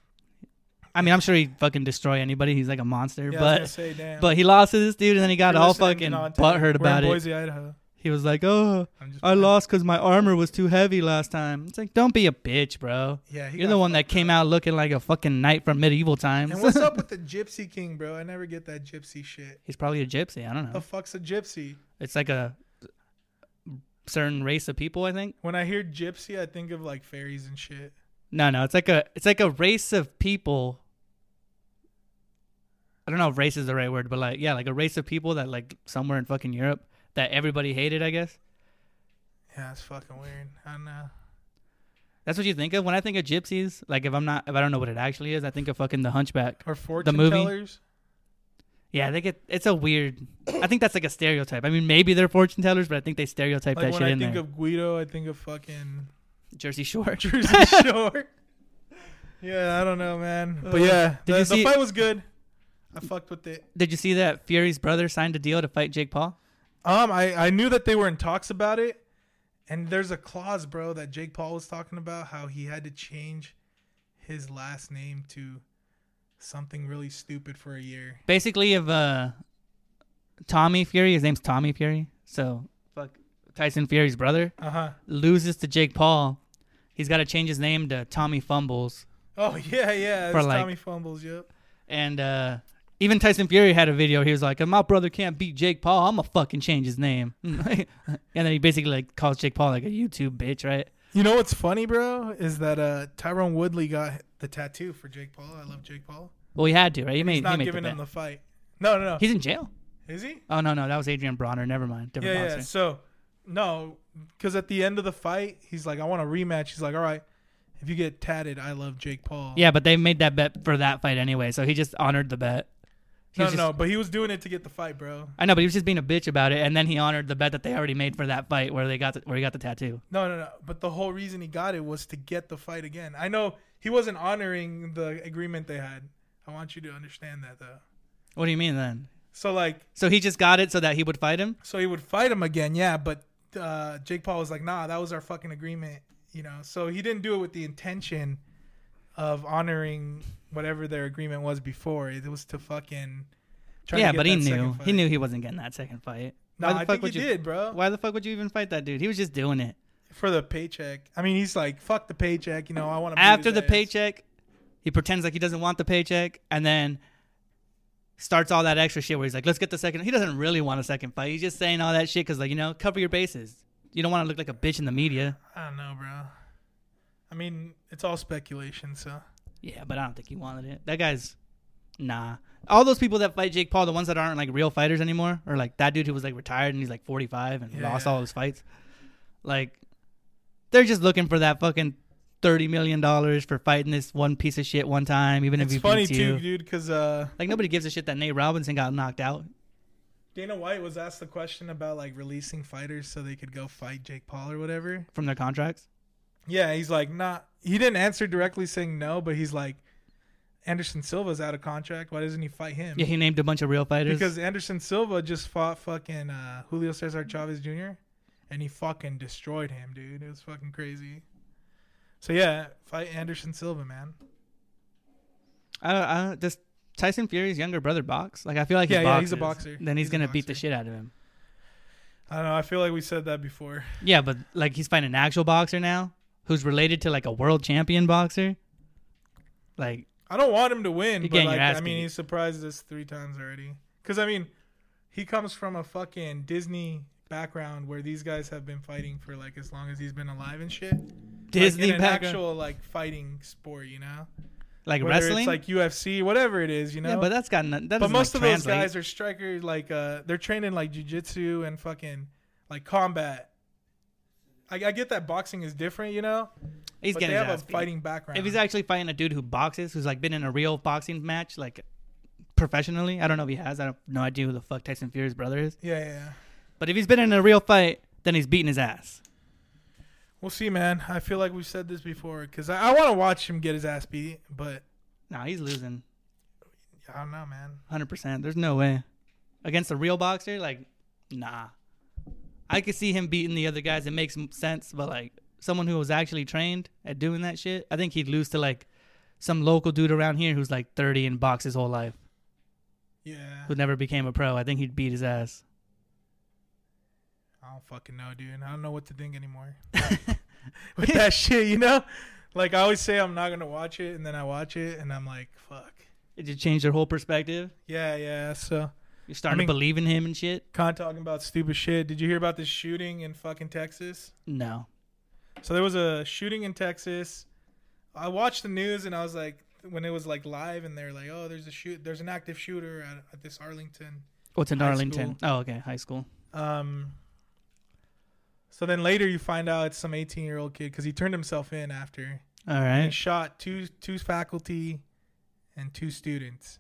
S2: I mean, I'm sure he'd fucking destroy anybody. He's like a
S1: Yeah,
S2: monster,
S1: I was
S2: but
S1: gonna say, damn.
S2: but he lost to this dude, and then he got
S1: You're
S2: all
S1: listening,
S2: fucking
S1: Deontay.
S2: butthurt
S1: We're
S2: about
S1: in
S2: it.
S1: Boise, Idaho.
S2: He was like, "Oh,
S1: I'm just
S2: I lost because my armor was too heavy last time." It's like, don't be a bitch, bro.
S1: Yeah, he
S2: You're
S1: got
S2: the one that came out looking like a fucking knight from medieval [laughs] times.
S1: And what's up with the Gypsy King, bro? I never get that Gypsy shit.
S2: He's probably a gypsy. I don't
S1: The
S2: know.
S1: fuck's a Gypsy?
S2: It's like a certain race of people. I think.
S1: When I hear Gypsy, I think of like fairies and shit.
S2: No, no. It's like a it's like a race of people. I don't know if race is the right word, but like yeah, like a race of people that like somewhere in fucking Europe that everybody hated. I guess
S1: Yeah, it's fucking weird. I don't know.
S2: that's what you think of when I think of gypsies. Like if I'm not if I don't know what it actually is, I think of fucking the Hunchback.
S1: Or fortune
S2: movie?
S1: tellers.
S2: Yeah, they get it's a weird. I think that's like a stereotype. I mean, maybe they're fortune tellers, but I think they stereotype
S1: Like
S2: that
S1: when
S2: shit
S1: I
S2: in
S1: think
S2: there.
S1: of Guido, I think of
S2: [laughs]
S1: fucking
S2: Jersey
S1: [laughs]
S2: Shore.
S1: Jersey Shore. yeah, I don't know, man. But yeah,
S2: Did
S1: the,
S2: you
S1: the
S2: see-
S1: fight was good. I fucked with it.
S2: [laughs] Did you see that Fury's brother signed a deal to fight Jake Paul?
S1: Um, I, I knew that they were in talks about it, and there's a clause, bro, that Jake Paul was talking about how he had to change his last name to something really stupid for a year.
S2: Basically, if uh, Tommy Fury, his name's Tommy Fury, so fuck Tyson Fury's brother
S1: Uh huh.
S2: loses to Jake Paul, he's got to change his name to Tommy Fumbles,
S1: Oh yeah, yeah. It's
S2: For, like-
S1: Tommy fumbles. Yep.
S2: and uh. Even Tyson Fury had a video. He was like, "If my brother can't beat Jake Paul, I'ma fucking change his name." [laughs] and then he basically like calls Jake Paul like a YouTube bitch, right?
S1: You know what's funny, bro, is that uh Tyrone Woodley got the tattoo for Jake Paul. I love Jake Paul.
S2: Well, he had to, right? He made,
S1: He's
S2: he
S1: not
S2: made
S1: giving
S2: the
S1: him
S2: bet.
S1: the fight. No, no, no.
S2: He's in jail.
S1: Is he?
S2: Oh no, no, that was Adrian Bronner. Never mind, different
S1: yeah,
S2: boxer.
S1: yeah. So, no, because at the end of the fight, he's like, "I want a rematch." He's like, "All right, if you get tatted, I love Jake Paul."
S2: Yeah, but they made that bet for that fight anyway, so he just honored the bet. He
S1: No,
S2: was just-
S1: no, but he was doing it to get the fight, bro.
S2: I know, but he was just being a bitch about it, and then he honored the bet that they already made for that fight where they got the, where he got the tattoo.
S1: No, no, no. But the whole reason he got it was to get the fight again. I know he wasn't honoring the agreement they had. I want you to understand that, though.
S2: What do you mean then?
S1: So, like,
S2: So he just got it so that he would fight him.
S1: so he would fight him again, yeah. But uh, Jake Paul was like, "Nah, that was our fucking agreement," you know. So he didn't do it with the intention of honoring whatever their agreement was before. It was to fucking. Try to
S2: yeah,
S1: get
S2: but he
S1: that second
S2: knew
S1: fight.
S2: he knew he wasn't getting that second fight.
S1: No,
S2: why the
S1: I
S2: fuck
S1: think
S2: would
S1: he
S2: you?
S1: did, bro.
S2: Why the fuck would you even fight that dude? He was just doing it
S1: For the paycheck. I mean, he's like, "Fuck the paycheck," you know. I want to.
S2: after the paycheck. He pretends like he doesn't want the paycheck, and then starts all that extra shit where he's like, "Let's get the second. He doesn't really want a second fight. He's just saying all that shit because, like, you know, cover your bases. You don't want to look like a bitch in the media.
S1: I don't know, bro. I mean, it's all speculation, so
S2: Yeah, but I don't think he wanted it. That guy's Nah. All those people that fight Jake Paul, the ones that aren't like real fighters anymore, or like that dude who was like retired and he's like 45 and
S1: Yeah,
S2: lost
S1: yeah.
S2: all his fights, like they're just looking for that fucking 30 million dollars for fighting this one piece of shit one time, even
S1: It's
S2: if he
S1: funny
S2: beats
S1: too,
S2: you.
S1: dude, because uh,
S2: Like nobody gives a shit that Nate Robinson got knocked out.
S1: Dana White was asked the question about like releasing fighters so they could go fight Jake Paul or whatever.
S2: from their contracts.
S1: Yeah, he's like not. He didn't answer directly saying no, but he's like, Anderson Silva's out of contract. Why doesn't he fight him?
S2: Yeah, he named a bunch of real fighters.
S1: because Anderson Silva just fought fucking uh, Julio Cesar Chavez Jr. and he fucking destroyed him, dude. It was fucking crazy. So yeah, fight Anderson Silva, man.
S2: I, don't- I, don't- does Tyson Fury's younger brother box? Like I feel like he
S1: Yeah, yeah, he's a
S2: boxes.
S1: boxer.
S2: Then he's,
S1: He's a
S2: gonna beat the
S1: boxer.
S2: shit out of him.
S1: I don't know. I feel like we said that before.
S2: Yeah, but like he's fighting an actual boxer now, who's related to like a world champion boxer. Like
S1: I don't want him to win,
S2: You're
S1: but
S2: getting
S1: like
S2: your ass
S1: I mean,
S2: beat.
S1: he's surprised us three times already. Because I mean, he comes from a fucking Disney background where these guys have been fighting for like as long as he's been alive and shit.
S2: Disney
S1: like, in
S2: background,
S1: an actual like fighting sport, you know,
S2: like
S1: Whether
S2: wrestling.
S1: it's like UFC, whatever it is, you know.
S2: yeah, but that's got no, that.
S1: but
S2: doesn't,
S1: most
S2: like,
S1: of those
S2: translate.
S1: guys are strikers like uh they're trained in like jujitsu and fucking like combat I, I get that boxing is different you know
S2: he's
S1: but
S2: getting
S1: they
S2: his
S1: have a
S2: ass beat.
S1: fighting background
S2: If he's actually fighting a dude who boxes, who's like been in a real boxing match, like professionally, I don't know if he has. I don't no idea who the fuck Tyson Fury's brother is.
S1: yeah, yeah yeah
S2: But if he's been in a real fight, then he's beating his ass.
S1: we'll see man i feel like we've said this before because i, I want to watch him get his ass beat but
S2: Nah, he's losing.
S1: i don't know man
S2: Hundred percent. There's no way against a real boxer. Like, nah. I could see him beating the other guys. It makes m- sense, but like someone who was actually trained at doing that shit, I think he'd lose to like some local dude around here who's like 30 and boxed his whole life,
S1: yeah
S2: who never became a pro. I think he'd beat his ass.
S1: i don't fucking know dude i don't know what to think anymore with that shit you know like i always say i'm not gonna watch it and then i watch it and i'm like fuck
S2: It just changed your whole perspective.
S1: yeah yeah so
S2: You're starting
S1: mean-
S2: to believe in him and shit.
S1: Con talking about stupid shit. Did you hear about this shooting in fucking Texas?
S2: No,
S1: So there was a shooting in Texas. I watched the news and I was like, when it was like live and they're like, oh, there's a shoot, there's an active shooter at, at this Arlington.
S2: what's in
S1: High
S2: Arlington? Oh, okay, high school.
S1: Um. So then later you find out it's some 18 year old kid because he turned himself in after
S2: All
S1: he
S2: right.
S1: shot two two faculty and two students.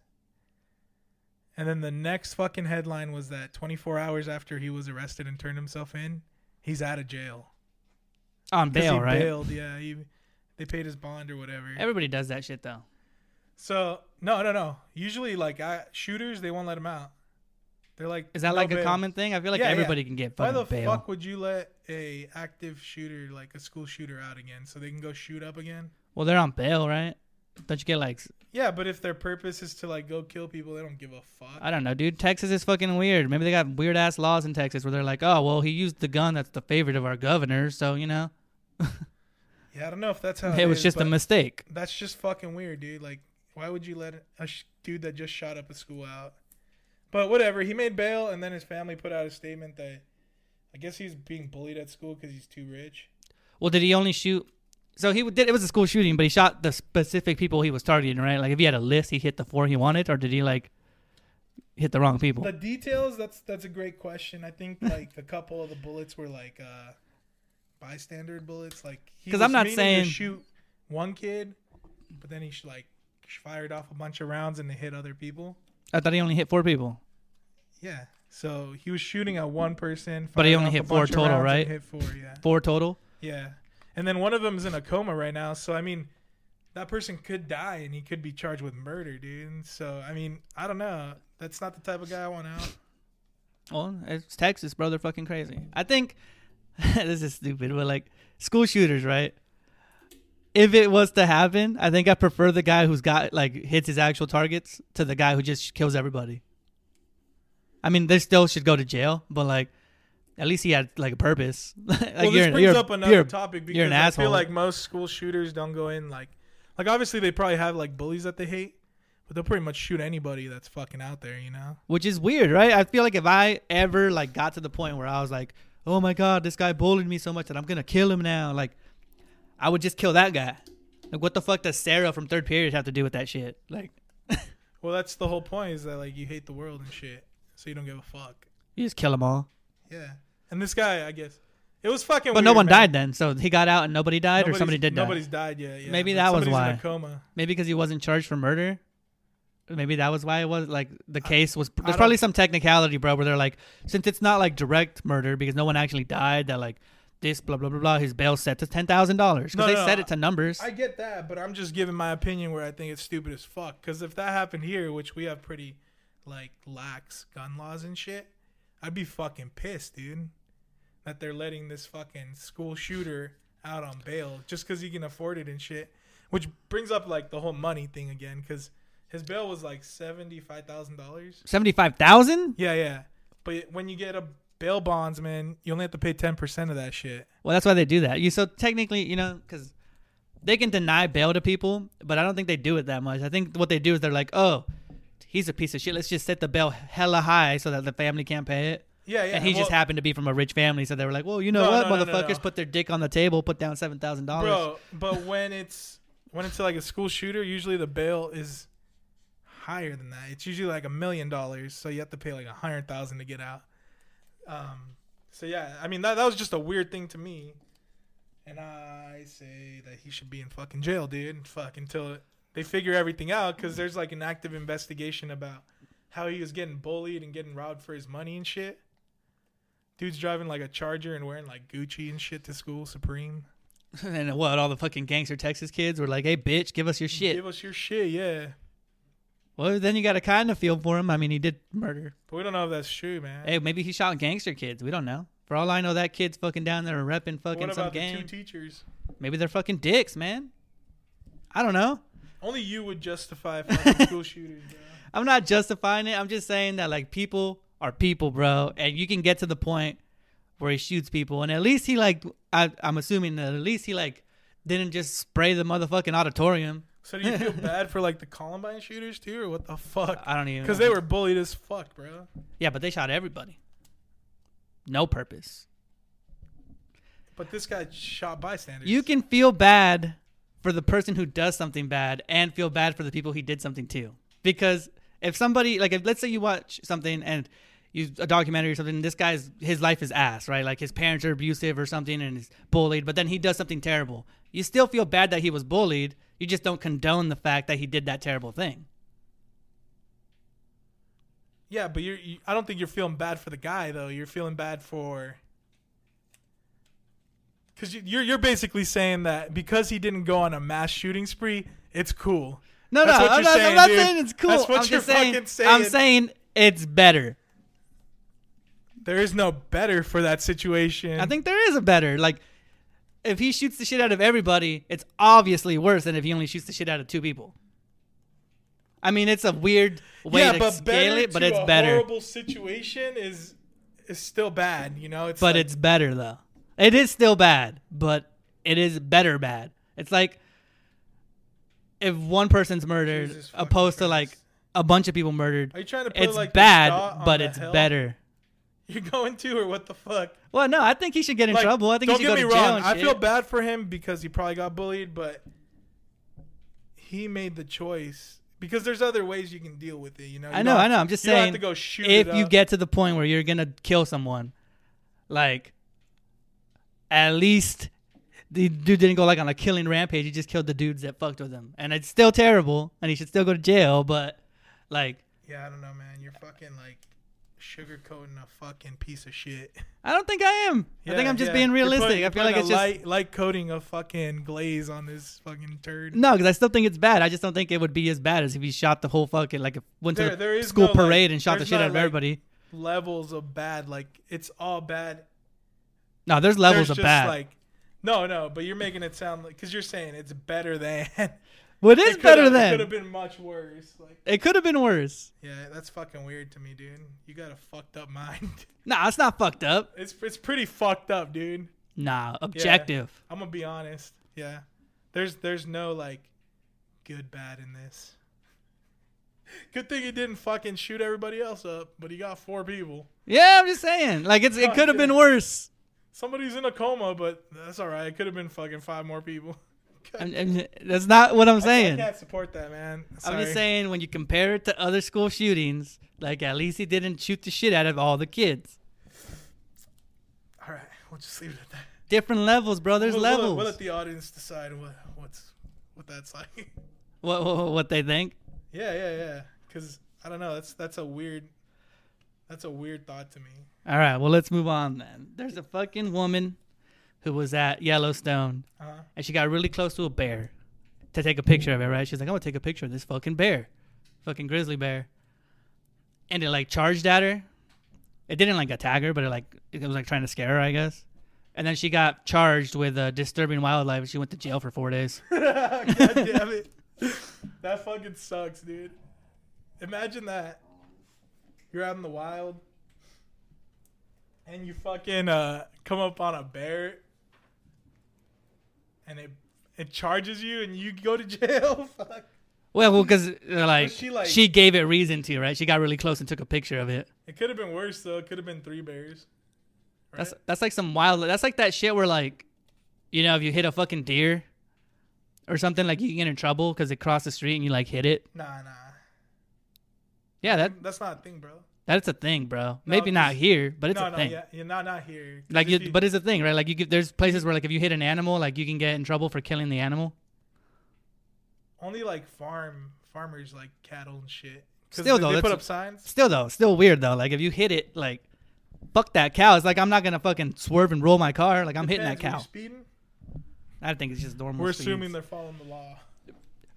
S1: And then the next fucking headline was that 24 hours after he was arrested and turned himself in, he's out of jail.
S2: On
S1: 'Cause
S2: bail,
S1: he
S2: right?
S1: Bailed, yeah. He, they paid his bond or whatever.
S2: Everybody does that shit though.
S1: so no, no, no. Usually, like I, shooters, they won't let him out. They're like,
S2: Is that
S1: no
S2: like a
S1: bail.
S2: common thing? I feel like
S1: Yeah, yeah.
S2: everybody can get
S1: Why
S2: fucking
S1: the
S2: bail.
S1: fuck would you let a active shooter, like a school shooter, out again so they can go shoot up again?
S2: Well, they're on bail, right? Don't you get like s-
S1: Yeah, but if their purpose is to like go kill people, they don't give a fuck.
S2: I don't know, dude. Texas is fucking weird. Maybe they got weird ass laws in Texas where they're like, oh well, he used the gun that's the favorite of our governor, so you know
S1: Oh, Yeah, I don't know if that's how
S2: it was
S1: is,
S2: just a
S1: but
S2: mistake.
S1: That's just fucking weird, dude. Like, why would you let a sh- dude that just shot up a school out? But whatever, he made bail, and then his family put out a statement that I guess he's being bullied at school because he's too rich.
S2: Well, did he only shoot? So he w- did. It was a school shooting, but he shot the specific people he was targeting, right? Like if he had a list, he hit the four he wanted, or did he like hit the wrong people?
S1: The details. That's that's a great question. I think like a couple of the bullets were like uh bystander bullets. Like he
S2: 'Cause I'm
S1: was
S2: not
S1: meaning
S2: saying-
S1: to shoot one kid, but then he sh- like fired off a bunch of rounds and they hit other people.
S2: I thought he only hit four people.
S1: Yeah. So he was shooting at one person,
S2: But he
S1: fired
S2: only
S1: off
S2: hit
S1: a
S2: four
S1: bunch of
S2: total,
S1: rounds and
S2: right?
S1: Hit four, yeah,
S2: Four total.
S1: yeah. And then one of them's in a coma right now. So I mean, that person could die, and he could be charged with murder, dude. And so I mean, I don't know. That's not the type of guy I want out.
S2: Well, it's Texas, bro. They're fucking crazy. I think [laughs] this is stupid, but like school shooters, right? If it was to happen, I think I prefer the guy who's got like hits his actual targets to the guy who just kills everybody. I mean, they still should go to jail, but like, at least he had like a purpose. [laughs] like,
S1: well, this
S2: you're-
S1: brings
S2: you're-
S1: up another
S2: you're-
S1: topic because
S2: you're an
S1: I
S2: asshole.
S1: feel like most school shooters don't go in like, like obviously they probably have like bullies that they hate, but they'll pretty much shoot anybody that's fucking out there, you know?
S2: which is weird, right? I feel like if I ever like got to the point where I was like, "Oh my god, this guy bullied me so much that I'm gonna kill him now," like I would just kill that guy. Like, what the fuck does Sarah from third period have to do with that shit? Like,
S1: Well, that's the whole point is that like you hate the world and shit, so you don't give a fuck.
S2: You just kill them all.
S1: Yeah. And this guy, I guess, it was fucking.
S2: But no
S1: weird,
S2: one
S1: man.
S2: died then, so he got out and nobody died,
S1: Nobody's-
S2: or somebody did die.
S1: Nobody's died yet. Yeah.
S2: Maybe
S1: but
S2: that was
S1: somebody's In
S2: why.
S1: a coma.
S2: Maybe because he wasn't charged for murder. Maybe that was why it was like the case was.
S1: I don't-
S2: There's probably some technicality, bro, where they're like, since it's not like direct murder because no one actually died, that like this blah blah blah blah. His bail set to ten thousand dollars
S1: No,
S2: because they
S1: no,
S2: set
S1: no,
S2: it to numbers.
S1: I get that, but I'm just giving my opinion where I think it's stupid as fuck. Because if that happened here, which we have pretty like lax gun laws and shit, I'd be fucking pissed, dude. That they're letting this fucking school shooter out on bail just because he can afford it and shit. Which brings up like the whole money thing again, because his bail was like seventy five thousand dollars.
S2: Seventy five thousand.
S1: Yeah, yeah. But when you get a bail bonds, man, you only have to pay ten percent of that shit.
S2: Well, that's why they do that. You so technically, you know, because they can deny bail to people, but I don't think they do it that much. I think what they do is they're like, oh, he's a piece of shit. Let's just set the bail hella high so that the family can't pay it.
S1: Yeah, yeah.
S2: and he
S1: well-
S2: just happened to be from a rich family, so they were like, "Well, you know
S1: No,
S2: what,
S1: no, no, no,
S2: motherfuckers,
S1: no.
S2: put their dick on the table, put down seven thousand dollars."
S1: bro. But when it's when it's like a school shooter, usually the bail is higher than that. It's usually like a million dollars, so you have to pay like a hundred thousand to get out. Um, so yeah, I mean that that was just a weird thing to me, and I say that he should be in fucking jail, dude. and Fuck until they figure everything out, because there's like an active investigation about how he was getting bullied and getting robbed for his money and shit. Dude's driving like a Charger and wearing like Gucci and shit to school, Supreme.
S2: [laughs] and what? All the fucking gangster Texas kids were like, "Hey, bitch, give us your shit."
S1: Give us your shit, yeah.
S2: well, then you got to kind of feel for him. I mean, he did murder.
S1: But we don't know if that's true, man.
S2: Hey, maybe he shot gangster kids. We don't know. For all I know, that kid's fucking down there repping
S1: what
S2: fucking some
S1: about the
S2: gang.
S1: two teachers?
S2: maybe they're fucking dicks, man. I don't know.
S1: Only you would justify
S2: [laughs]
S1: fucking school shooters, bro.
S2: I'm not justifying it. I'm just saying that like people are people, bro, and you can get to the point where he shoots people, and at least he like I, I'm assuming that at least he like didn't just spray the motherfucking auditorium.
S1: So do you
S2: [laughs]
S1: feel bad for like the Columbine shooters too, or what the fuck?
S2: I don't even
S1: Because they were bullied as fuck, bro.
S2: yeah, but they shot everybody. No purpose.
S1: But this guy shot bystanders.
S2: You can feel bad for the person who does something bad, and feel bad for the people he did something to, because if somebody like if, let's say you watch something and you a documentary or something, and this guy's his life is ass, right? Like his parents are abusive or something, and he's bullied. But then he does something terrible. You still feel bad that he was bullied. You just don't condone the fact that he did that terrible thing.
S1: yeah, but you're. You, I don't think you're feeling bad for the guy though. You're feeling bad for. Because you, you're you're basically saying that because he didn't go on a mass shooting spree, it's cool.
S2: No,
S1: That's
S2: no,
S1: what
S2: I'm
S1: you're
S2: not,
S1: saying,
S2: I'm not
S1: dude.
S2: saying it's cool.
S1: That's what
S2: I'm
S1: you're
S2: just saying,
S1: fucking
S2: I'm
S1: saying.
S2: saying it's better.
S1: There is no better for that situation.
S2: I think there is a better. Like, if he shoots the shit out of everybody, it's obviously worse than if he only shoots the shit out of two people. I mean, it's a weird way to scale it, but
S1: to
S2: it's
S1: a
S2: better.
S1: Horrible situation is is still bad, you know. It's
S2: but
S1: like-
S2: it's better though. It is still bad, but it is better bad. It's like if one person's murdered,
S1: Jesus fucking
S2: opposed to
S1: Christ.
S2: like a bunch of people murdered.
S1: Are you trying to put
S2: It's
S1: like the straw
S2: bad,
S1: on
S2: but
S1: the
S2: it's
S1: hill
S2: better.
S1: [laughs] You're going to or what the fuck?
S2: Well, no, I think he should get in
S1: Like,
S2: trouble. I think he
S1: don't
S2: should
S1: get
S2: go
S1: me
S2: to jail.
S1: wrong.
S2: and
S1: I
S2: shit.
S1: feel bad for him because he probably got bullied, but he made the choice because there's other ways you can deal with it. You know. You
S2: I know,
S1: don't-
S2: I know. I'm just
S1: you don't
S2: saying.
S1: have to go shoot
S2: if
S1: it
S2: you
S1: up.
S2: get to the point where you're gonna kill someone, like, at least the dude didn't go like on a killing rampage. He just killed the dudes that fucked with him, and it's still terrible, and he should still go to jail. But like,
S1: Yeah, I don't know, man. You're fucking like sugarcoating a fucking piece of shit. [laughs]
S2: I don't think I am. I think
S1: Yeah,
S2: I'm just
S1: yeah.
S2: being
S1: You're
S2: realistic.
S1: putting-
S2: I feel
S1: putting
S2: like
S1: a
S2: it's just
S1: light, light coating of fucking glaze on this fucking turd.
S2: no, because I still think it's bad. I just don't think it would be as bad as if he shot the whole fucking like if went to
S1: There-
S2: the
S1: there is
S2: school
S1: no, like-
S2: parade and shot the
S1: there's
S2: shit
S1: not,
S2: out of
S1: like,
S2: everybody.
S1: levels of bad. Like it's all bad.
S2: No, there's levels
S1: There's
S2: of
S1: just
S2: bad.
S1: Like no, no. But you're making it sound like because you're saying it's better than. [laughs]
S2: well, it is better than.
S1: Could have been much worse. Like
S2: it could have been worse.
S1: yeah, that's fucking weird to me, dude. You got a fucked up [laughs] mind.
S2: Nah, it's not fucked up.
S1: it's it's pretty fucked up, dude.
S2: Nah, objective.
S1: I'm gonna be honest. Yeah, there's there's no like good bad in this. [laughs] Good thing he didn't fucking shoot everybody else up, but he got four people.
S2: Yeah, I'm just saying. Like it's
S1: No,
S2: it could have
S1: yeah.
S2: been worse.
S1: Somebody's in a coma, but that's all right. It could have been fucking five more people. [laughs]
S2: I'm, I'm- that's not what I'm
S1: I
S2: saying.
S1: can't support that, man.
S2: I'm
S1: Sorry.
S2: just saying when you compare it to other school shootings, like at least he didn't shoot the shit out of all the kids.
S1: All right, we'll just leave it at that.
S2: Different levels, bro. There's
S1: we'll, we'll-
S2: levels.
S1: We'll, let the audience decide what what's what that's like. [laughs]
S2: what, what what they think?
S1: yeah, yeah, yeah. Because I don't know. That's that's a weird. That's a weird thought to me.
S2: All right, well let's move on then. There's a fucking woman who was at Yellowstone
S1: Uh-huh.
S2: and she got really close to a bear to take a picture of it, right? She's like, I'm gonna take a picture of this fucking bear, fucking grizzly bear. And it like charged at her. It didn't like attack her, but it like it was like trying to scare her, I guess. And then she got charged with uh, disturbing wildlife. and She went to jail for four days.
S1: [laughs] God damn it. That fucking sucks, dude. Imagine that. You're out in the wild and you fucking uh, come up on a bear and it it charges you and you go to [laughs] jail. Fuck.
S2: Well, because like,
S1: she, like-
S2: she gave it reason to, right? She got really close and took a picture of it.
S1: It could have been worse though. It could have been three bears.
S2: That's that's like some wild. That's like that shit where like, you know, if you hit a fucking deer or something, like you can get in trouble because it crossed the street and you like hit it.
S1: Nah, nah.
S2: Yeah, that
S1: That's not a thing, bro.
S2: that's a thing, bro. Maybe
S1: 'cause-
S2: not here, but it's
S1: no,
S2: a
S1: no,
S2: thing.
S1: yeah, you're not not here. 'Cause
S2: Like,
S1: if
S2: you, but it's a thing, right? Like, you get, there's places where like if you hit an animal, like you can get in trouble for killing the animal.
S1: only like farm farmers like cattle and shit. 'Cause
S2: Still,
S1: they,
S2: though,
S1: they
S2: that's
S1: put
S2: a-
S1: up signs.
S2: Still though, still weird though. Like if you hit it, like fuck that cow. It's like I'm not gonna fucking swerve and roll my car. Like I'm hitting that
S1: Depends. Were you
S2: cow.
S1: speeding?
S2: I think it's just normal.
S1: We're
S2: speeds.
S1: assuming they're following the law.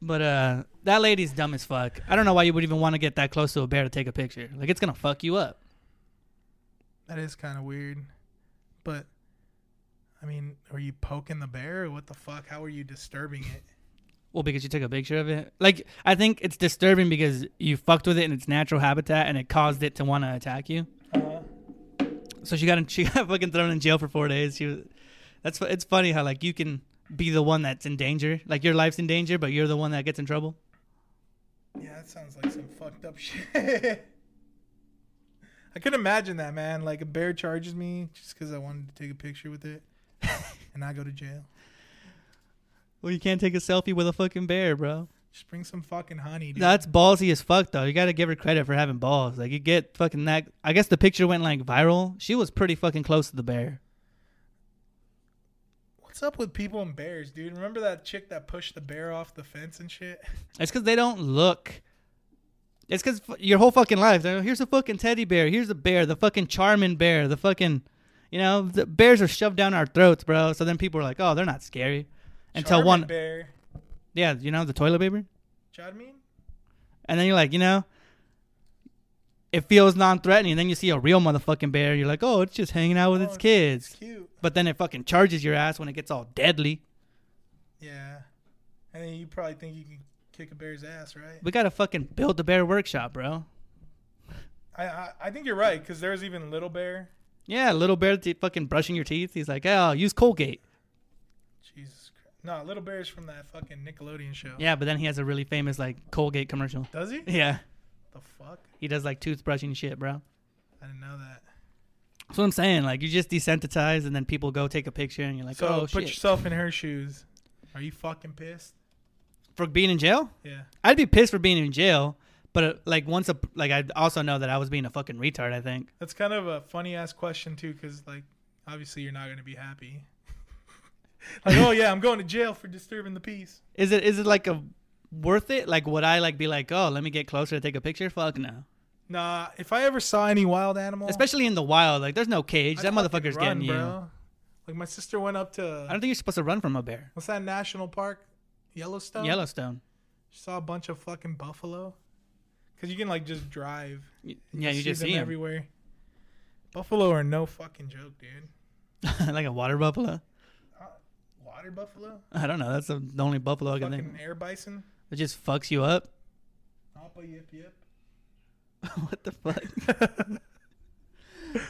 S2: But uh, that lady's dumb as fuck. I don't know why you would even want to get that close to a bear to take a picture. Like it's gonna fuck you up.
S1: That is kind of weird, but I mean, were you poking the bear? Or what the fuck? How are you disturbing it?
S2: Well, because you took a picture of it. Like I think it's disturbing because you fucked with it in its natural habitat and it caused it to want to attack you.
S1: Uh-huh.
S2: So she got in, [laughs] she got fucking thrown in jail for four days. She was. That's fu- it's funny how like you can be the one that's in danger. Like your life's in danger, but you're the one that gets in trouble.
S1: Yeah, that sounds like some fucked up [laughs] shit. I could imagine that, man. Like a bear charges me just because I wanted to take a picture with
S2: [laughs]
S1: it, and I go to jail.
S2: Well, you can't take a selfie with a fucking bear, bro.
S1: Just bring some fucking honey, dude.
S2: No, That's ballsy as fuck though. You gotta give her credit for having balls. Like you get fucking that. I guess the picture went like viral. She was pretty fucking close to the bear.
S1: What's up with people and bears, dude? Remember that chick that pushed the bear off the fence and shit?
S2: It's because they don't look. It's because your whole fucking life. they're, Here's a fucking teddy bear. Here's a bear. The fucking charming bear. The fucking, you know, the bears are shoved down our throats, bro. So then people are like, oh, they're not scary. Until
S1: Charmin
S2: one,
S1: bear.
S2: yeah, you know, the toilet paper.
S1: Charmin?
S2: And then you're like, you know, it feels non-threatening. Then you see a real motherfucking bear. You're like, oh, it's just hanging out with
S1: Oh,
S2: its kids.
S1: It's cute.
S2: But then it fucking charges your ass when it gets all deadly.
S1: Yeah. And then you probably think you can kick a bear's ass, right?
S2: We gotta fucking build the bear workshop, bro.
S1: I I, I think you're right because there's even little bear.
S2: Yeah, little bear t- fucking brushing your teeth. He's like, oh, use Colgate.
S1: Jesus Christ. No, little bear's from that fucking Nickelodeon show.
S2: Yeah, but then he has a really famous like Colgate commercial. [laughs]
S1: Does he?
S2: Yeah,
S1: the fuck?
S2: he does like toothbrushing shit, bro.
S1: I didn't know that.
S2: That's what I'm saying. Like you just desensitize, and then people go take a picture, and you're like,
S1: So
S2: oh
S1: put
S2: shit.
S1: yourself in her shoes. Are you fucking pissed?
S2: for being in jail,
S1: Yeah.
S2: I'd be pissed for being in jail. But uh, like once a like I also know that I was being a fucking retard. I think.
S1: That's kind of a funny ass question too, because like obviously you're not gonna be happy. [laughs] like, oh yeah, I'm going to jail for disturbing the peace.
S2: Is it is it like a worth it? Like would I like be like, oh, let me get closer to take a picture? Fuck no.
S1: Nah, if I ever saw any wild animal,
S2: Especially in the wild, like there's no cage.
S1: I'd
S2: that
S1: fucking
S2: motherfucker's
S1: run,
S2: getting you.
S1: bro. Like my sister went up
S2: I
S1: to
S2: don't think you're supposed to run from a bear.
S1: what's that national park? Yellowstone.
S2: Yellowstone.
S1: She saw a bunch of fucking buffalo. Cause you can like just drive.
S2: Y- Yeah, you just
S1: them
S2: see him
S1: everywhere. Buffalo are no fucking joke, dude.
S2: [laughs] like a water buffalo.
S1: Water buffalo,
S2: [laughs] I don't know. That's the the only buffalo I can think.
S1: fucking air bison.
S2: It just fucks you up. [laughs]
S1: Hoppa yip yip.
S2: what the fuck?
S1: [laughs]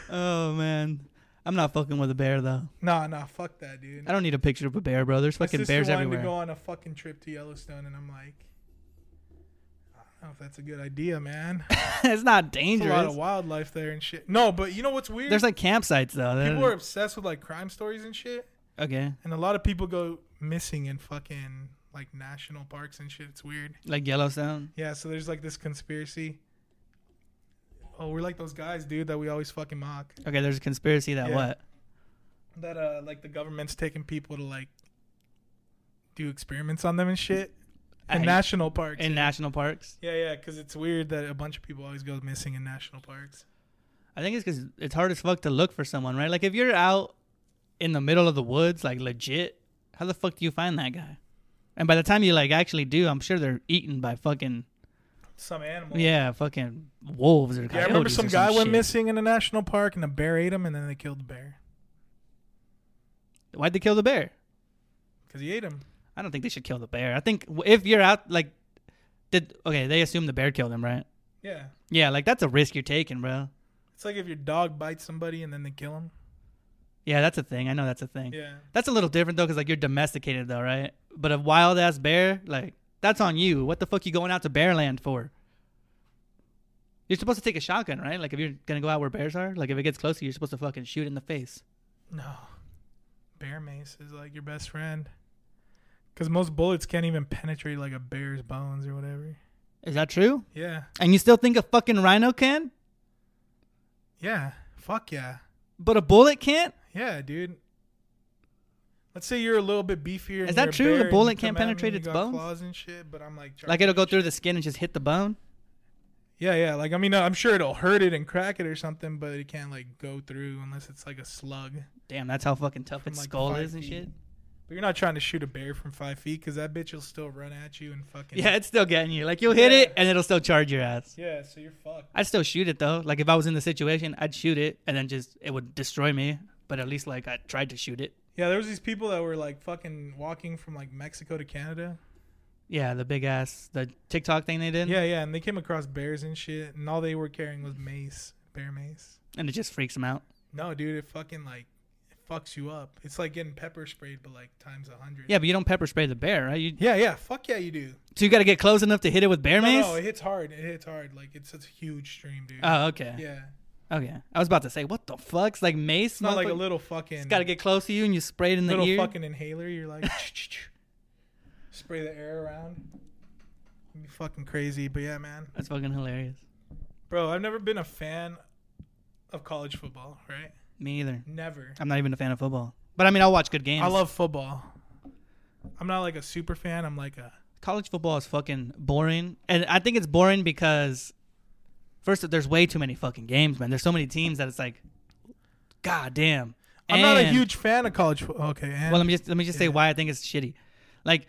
S2: oh man, I'm not fucking with a bear though.
S1: Nah, nah, fuck that, dude.
S2: I don't need a picture of a bear, bro. There's fucking
S1: My sister
S2: bears
S1: wanted
S2: everywhere.
S1: to go on a fucking trip to Yellowstone, and I'm like, I don't know if that's a good idea, man. There's
S2: [laughs] it's
S1: a
S2: not
S1: lot of
S2: dangerous.
S1: wildlife there and shit. No, but you know what's weird?
S2: There's like campsites though.
S1: people
S2: They're-
S1: are obsessed with like crime stories and shit,
S2: okay.
S1: and a lot of people go missing in fucking like national parks and shit. It's weird.
S2: Like Yellowstone.
S1: Yeah, so there's like this conspiracy. Oh, we're like those guys, dude, that we always fucking mock.
S2: Okay, there's a conspiracy that
S1: Yeah.
S2: what?
S1: That uh like the government's taking people to like do experiments on them and shit. In
S2: I-
S1: national parks.
S2: in national parks.
S1: yeah, yeah, because it's weird that a bunch of people always go missing in national parks.
S2: I think it's because it's hard as fuck to look for someone, right? Like if you're out in the middle of the woods, like legit, how the fuck do you find that guy? And by the time you like actually do, I'm sure they're eaten by fucking
S1: Some animal.
S2: yeah, fucking wolves or coyotes.
S1: Yeah, I remember some
S2: or
S1: guy went
S2: shit.
S1: missing in a national park and a bear ate him and then they killed the bear
S2: Why'd they kill the bear?
S1: because he ate him.
S2: I don't think they should kill the bear. I think w- if you're out, like, did okay? They assume the bear killed him, right?
S1: Yeah.
S2: Yeah, like that's a risk you're taking, bro.
S1: It's like if your dog bites somebody and then they kill him.
S2: Yeah, that's a thing. I know that's a thing.
S1: Yeah.
S2: That's a little different though, because like you're domesticated though, right? But a wild ass bear, like that's on you. What the fuck you going out to bear land for? You're supposed to take a shotgun, right? Like if you're gonna go out where bears are, like if it gets close to you, you're supposed to fucking shoot it in the face.
S1: No. Bear mace is like your best friend. Because most bullets can't even penetrate like a bear's bones or whatever.
S2: Is that true?
S1: Yeah.
S2: And you still think a fucking rhino can,
S1: Yeah. Fuck yeah.
S2: but a bullet can't?
S1: Yeah, dude. Let's say you're a little bit beefier.
S2: Is
S1: and
S2: that
S1: you're a
S2: true? The
S1: bear and
S2: bullet
S1: you
S2: can't
S1: come at me
S2: penetrate
S1: and you
S2: its
S1: got
S2: bones?
S1: Claws and shit, but I'm like,
S2: Like it'll go through the skin and just hit the bone.
S1: Yeah, yeah. Like I mean, I'm sure it'll hurt it and crack it or something, but it can't like go through unless it's like a slug.
S2: Damn, that's how fucking tough
S1: From,
S2: its
S1: like,
S2: skull
S1: five
S2: is and
S1: feet.
S2: shit.
S1: But you're not trying to shoot a bear from five feet because that bitch will still run at you and fucking
S2: Yeah, it's still getting you. Like you'll hit
S1: Yeah.
S2: it and it'll still charge your ass.
S1: [laughs] yeah. So you're fucked.
S2: I'd still shoot it though. Like if I was in the situation, I'd shoot it and then just it would destroy me. But at least like I tried to shoot it.
S1: Yeah, there was these people that were like fucking walking from like Mexico to Canada.
S2: Yeah, the big ass the TikTok thing they did.
S1: Yeah, yeah, and they came across bears and shit, and all they were carrying was mace, bear mace.
S2: And it just freaks them out.
S1: No, dude, it fucking like it fucks you up. It's like getting pepper sprayed, but like times a hundred.
S2: Yeah, but you don't pepper spray the bear, right? You
S1: yeah, yeah. Fuck yeah, you do.
S2: so you gotta get close enough to hit it with bear
S1: No,
S2: mace?
S1: no, it hits hard. It hits hard. Like it's such a huge stream, dude.
S2: Oh, okay.
S1: yeah,
S2: Okay. I was about to say, what the fuck's like mace?
S1: it's not like a
S2: motherfucker?
S1: little fucking.
S2: it's gotta get close to you and you spray it in the
S1: little
S2: ear.
S1: fucking inhaler. You're
S2: [laughs]
S1: like, spray the air around. It'd be fucking crazy, but yeah, man.
S2: That's fucking hilarious.
S1: Bro, I've never been a fan of college football, right?
S2: Me either.
S1: Never.
S2: I'm not even a fan of football. But I mean I'll watch good games.
S1: I love football. I'm not like a super fan. I'm like a
S2: college football is fucking boring, and I think it's boring because first there's way too many fucking games, man. There's so many teams that it's like, god damn.
S1: I'm not a
S2: And-
S1: huge fan of college football. Okay. And,
S2: Well, let me just let me just say
S1: Yeah.
S2: why I think it's shitty. Like,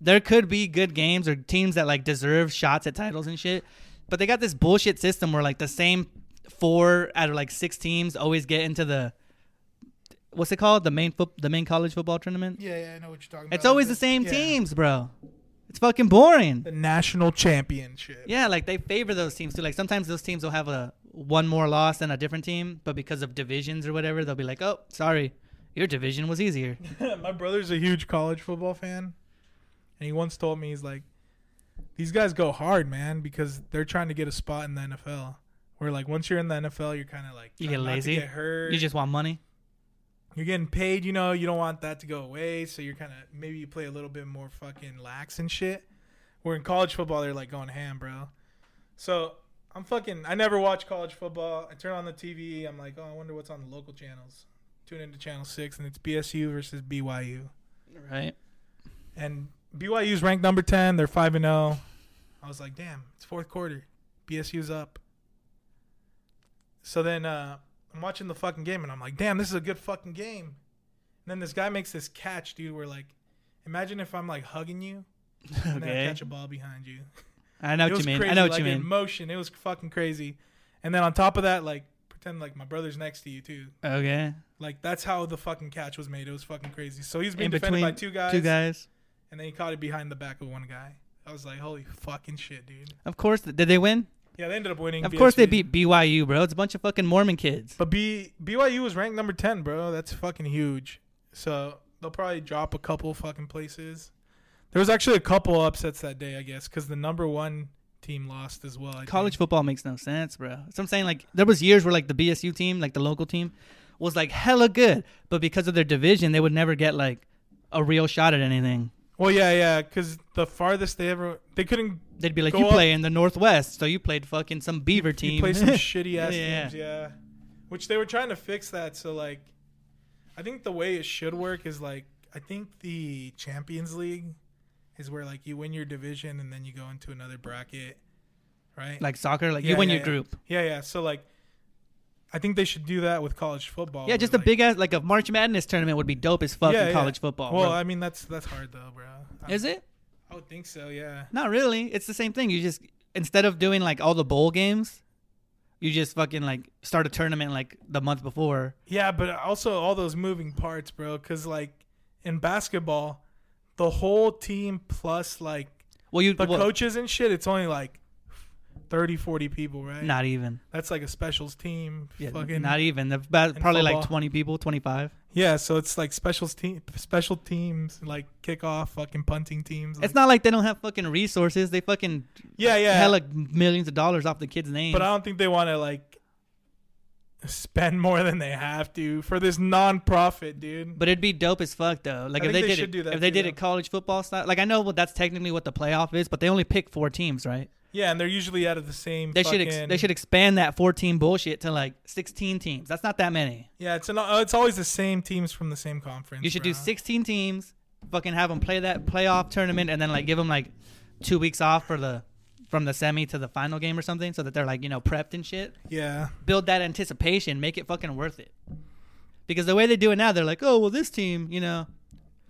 S2: there could be good games or teams that like deserve shots at titles and shit, but they got this bullshit system where like the same four out of like six teams always get into the what's it called the main foot the main college football tournament.
S1: yeah, yeah, I know what you're talking about.
S2: It's always the same
S1: yeah.
S2: teams, bro. It's fucking boring.
S1: The national championship.
S2: Yeah, like they favor those teams too. Like sometimes those teams will have a one more loss than a different team, but because of divisions or whatever, they'll be like, "Oh, sorry, your division was easier."
S1: [laughs] My brother's a huge college football fan, and he once told me he's like, "These guys go hard, man, because they're trying to get a spot in the NFL. Where like once you're in the NFL, you're kind of like
S2: You
S1: trying
S2: get
S1: not to
S2: lazy.
S1: get hurt.
S2: You just want money.
S1: you're getting paid, you know, you don't want that to go away, so you're kind of maybe you play a little bit more fucking lax and shit. Where in college football, they're like going ham, bro. So I'm fucking. I never watch college football. I turn on the TV. I'm like, oh, I wonder what's on the local channels. Tune into channel six, and it's BSU versus BYU. [laughs]
S2: Right.
S1: And BYU's ranked number ten. They're five and zero. I was like, damn, it's fourth quarter. BSU's up. So then uh, I'm watching the fucking game, and I'm like, damn, this is a good fucking game. And then this guy makes this catch, dude. Where like, imagine if I'm like hugging you, and then I
S2: Okay.
S1: catch a ball behind you.
S2: I know
S1: it
S2: what you
S1: was
S2: mean.
S1: crazy,
S2: I know what
S1: like
S2: you
S1: in
S2: mean.
S1: motion. It was fucking crazy. And then on top of that, like, pretend like my brother's next to you too.
S2: Okay.
S1: Like that's how the fucking catch was made. It was fucking crazy. So he's being
S2: In
S1: defended
S2: between
S1: by two guys
S2: Two guys.
S1: and then he caught it behind the back of one guy. I was like, holy fucking shit, dude.
S2: Of course. Did they win?
S1: Yeah, they ended up winning.
S2: Of course they
S1: BSU.
S2: beat BYU, bro. It's a bunch of fucking Mormon kids.
S1: But B BYU was ranked number ten, bro. That's fucking huge. So they'll probably drop a couple fucking places. There was actually a couple upsets that day, I guess, because the number one team lost as well. I
S2: College
S1: think.
S2: football makes no sense, bro. So I'm saying like there was years where like the BSU team, like the local team, was like hella good, but because of their division, they would never get like a real shot at anything.
S1: Well, yeah, yeah, because the farthest they ever they couldn't
S2: They'd be like,
S1: Go
S2: "You
S1: up.
S2: play in the Northwest, so you played fucking some Beaver team."
S1: You play
S2: [laughs]
S1: some shitty ass
S2: Yeah.
S1: games, yeah. Which they were trying to fix that. So like, I think the way it should work is like, I think the Champions League is where like you win your division and then you go into another bracket, right?
S2: like soccer, like
S1: Yeah,
S2: you win
S1: yeah,
S2: your
S1: yeah.
S2: group.
S1: Yeah, yeah. So like, I think they should do that with college football.
S2: Yeah,
S1: where,
S2: just a
S1: like-
S2: big ass like a March Madness tournament would be dope as fuck
S1: Yeah,
S2: in
S1: yeah.
S2: college football.
S1: Well,
S2: bro.
S1: I mean that's that's hard though, bro. I,
S2: is it?
S1: I would think so. Yeah.
S2: Not really. It's the same thing. You just instead of doing like all the bowl games, you just fucking like start a tournament like the month before.
S1: Yeah, but also all those moving parts, bro. Because like in basketball, the whole team plus like
S2: Well, you
S1: the
S2: well,
S1: coaches and shit, it's only like 30, 40 people, right?
S2: not even.
S1: That's like a specials team.
S2: Yeah,
S1: fucking
S2: not e- even. They're about, probably like
S1: football.
S2: twenty people, twenty five.
S1: yeah. So it's like specials team, special teams, like kickoff, fucking punting teams.
S2: It's
S1: like-
S2: not like they don't have fucking resources. They fucking
S1: Yeah, yeah.
S2: hella millions of dollars off the kids' name.
S1: but I don't think they want to like spend [laughs] more than they have to for this non-profit, dude.
S2: But it'd be dope as fuck though. Like
S1: I think
S2: if they,
S1: they
S2: did
S1: should
S2: it,
S1: do that
S2: if they
S1: too,
S2: did
S1: though.
S2: it college football style. Like I know, well, that's technically what the playoff is, but they only pick four teams, right?
S1: yeah, and they're usually out of the same.
S2: They should
S1: fucking-
S2: ex- they should expand that four team bullshit to like sixteen teams. That's not that many.
S1: Yeah, it's an, uh, it's always the same teams from the same conference.
S2: You should do
S1: bro.
S2: sixteen teams. Fucking have them play that playoff tournament, and then like give them like two weeks off for the from the semi to the final game or something, so that they're like you know prepped and shit.
S1: Yeah,
S2: build that anticipation, make it fucking worth it. Because the way they do it now, they're like, oh well, this team, you know,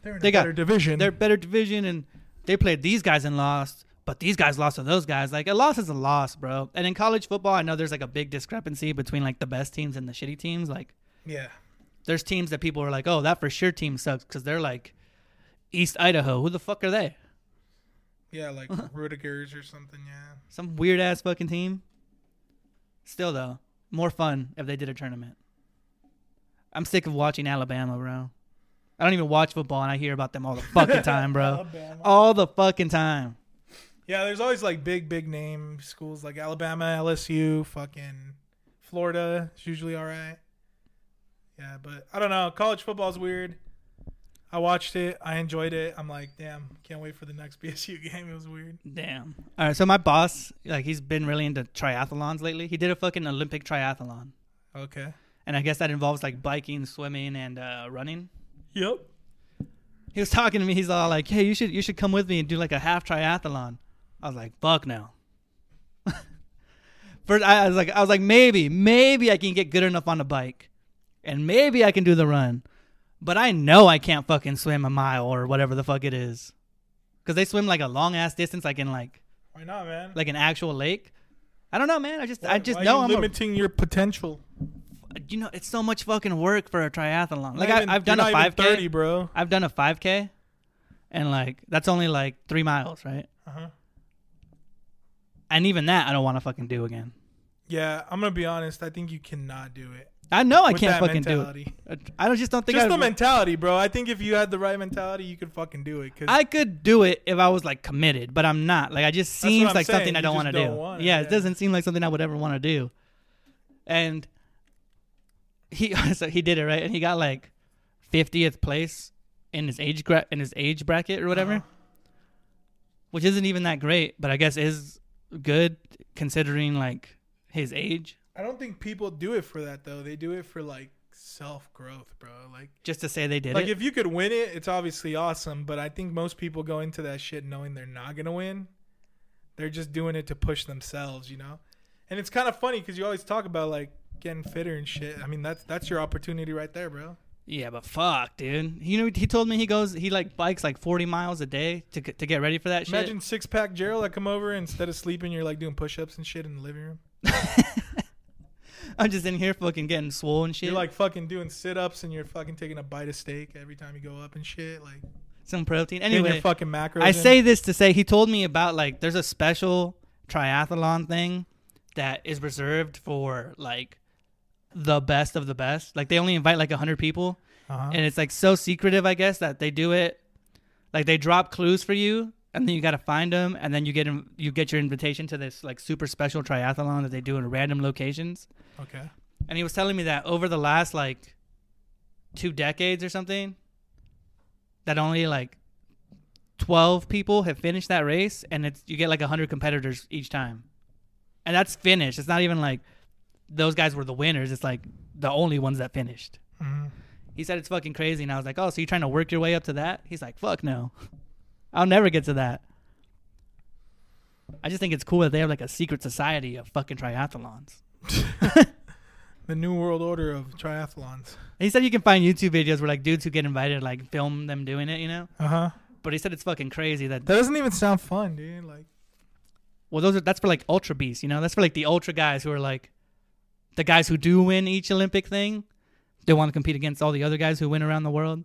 S1: they're in
S2: They
S1: a
S2: got-
S1: better division.
S2: they're better division and they played these guys and lost, but these guys lost to those guys. Like a loss is a loss, bro. And in college football, I know there's like a big discrepancy between like the best teams and the shitty teams. Like
S1: yeah,
S2: there's teams that people are like, oh, that for sure team sucks because they're like East Idaho. Who the fuck are they?
S1: yeah,
S2: [laughs]
S1: like Rudigers or something. Yeah,
S2: Some weird ass fucking team. Still though, more fun if they did a tournament. I'm sick of watching Alabama, bro. I don't even watch football and I hear about them all the fucking time,
S1: [laughs]
S2: bro.
S1: Alabama.
S2: all the fucking time.
S1: yeah. There's always like big, big name schools like Alabama, LSU, fucking Florida. It's usually all right. Yeah, but I don't know. College football's weird. I watched it. I enjoyed it. I'm like, damn, can't wait for the next [laughs] BSU game. It was weird.
S2: Damn. All right, so my boss, like he's been really into triathlons lately. He did a fucking Olympic triathlon.
S1: Okay.
S2: And I guess that involves like biking, swimming and uh, running.
S1: Yep.
S2: He was talking to me. He's all like, "Hey, you should you should come with me and do like a half triathlon." I was like, "Fuck no." [laughs] First, I I was like, I was like, maybe, maybe I can get good enough on the bike, and maybe I can do the run, but I know I can't fucking swim a mile or whatever the fuck it is, because they swim like a long ass distance, like in like
S1: Why not, man?
S2: like an actual lake. I don't know, man. I just
S1: Why-
S2: I just
S1: why
S2: know
S1: you
S2: I'm a,
S1: limiting your potential.
S2: you know it's so much fucking work for a triathlon. Like
S1: Not
S2: I,
S1: even-
S2: I've
S1: you're
S2: done
S1: not
S2: a
S1: even
S2: five k.
S1: 30, bro.
S2: I've done a 5K, and like that's only like three miles, right?
S1: Uh-huh.
S2: And even that, I don't want to fucking do again.
S1: Yeah, I'm gonna be honest. I think you cannot do it.
S2: I know I
S1: With
S2: can't
S1: that
S2: fucking
S1: mentality.
S2: do it. I don't just don't think
S1: Just
S2: I,
S1: the mentality, bro. I think if you had the right mentality, you could fucking do it. Cause
S2: I could do it if I was like committed, but I'm not. Like I just
S1: what
S2: seems
S1: I'm
S2: like
S1: saying.
S2: something I
S1: You
S2: don't
S1: just
S2: want to do.
S1: don't want it,
S2: yeah, it
S1: yeah.
S2: doesn't seem like something I would ever want to do. And he [laughs] so he did it right, and he got like 50th place in his age gra- in his age bracket or whatever,
S1: Uh-huh.
S2: which isn't even that great, but I guess is good considering like his age.
S1: I don't think people do it for that though. They do it for like self growth, bro. Like,
S2: Just to say they did
S1: like
S2: it.
S1: if you could win it, it's obviously awesome. But I think most people go into that shit knowing they're not gonna win. They're just doing it to push themselves, you know. And it's kind of funny because you always talk about like getting fitter and shit. I mean, that's that's your opportunity right there, bro.
S2: yeah, but fuck, dude. You know he told me he goes he like bikes like 40 miles a day to g- to get ready for that shit.
S1: Imagine six pack Gerald that come over instead of sleeping, you're like doing push ups and shit in the living room.
S2: I'm just in here fucking getting swole and shit.
S1: You're like fucking doing sit ups and you're fucking taking a bite of steak every time you go up and shit. Like
S2: some protein.
S1: anyway,
S2: Anyway,
S1: your fucking macros.
S2: I
S1: in.
S2: say this to say he told me about like there's a special triathlon thing that is reserved for like the best of the best. Like they only invite like 100 people
S1: Uh-huh.
S2: and it's like so secretive, I guess, that they do it like they drop clues for you and then you got to find them and then you get in, you get your invitation to this like super special triathlon that they do in random locations.
S1: okay.
S2: And he was telling me that over the last like two decades or something, that only like 12 people have finished that race and it's you get like 100 competitors each time and that's finished it's not even like those guys were the winners it's like the only ones that finished
S1: Mhm.
S2: he said it's fucking crazy and i was like oh so you're trying to work your way up to that he's like fuck no [laughs] i'll never get to that i just think it's cool that they have like a secret society of fucking triathlons
S1: The new world order of triathlons.
S2: he said you can find youtube videos where like dudes who get invited like film them doing it you know
S1: Uh huh.
S2: but he said it's fucking crazy that
S1: That doesn't even sound fun, dude. Like,
S2: Well, those are that's for like ultra beasts, you know. That's for like the ultra guys who are like the guys who do win each Olympic thing. They want to compete against all the other guys who win around the world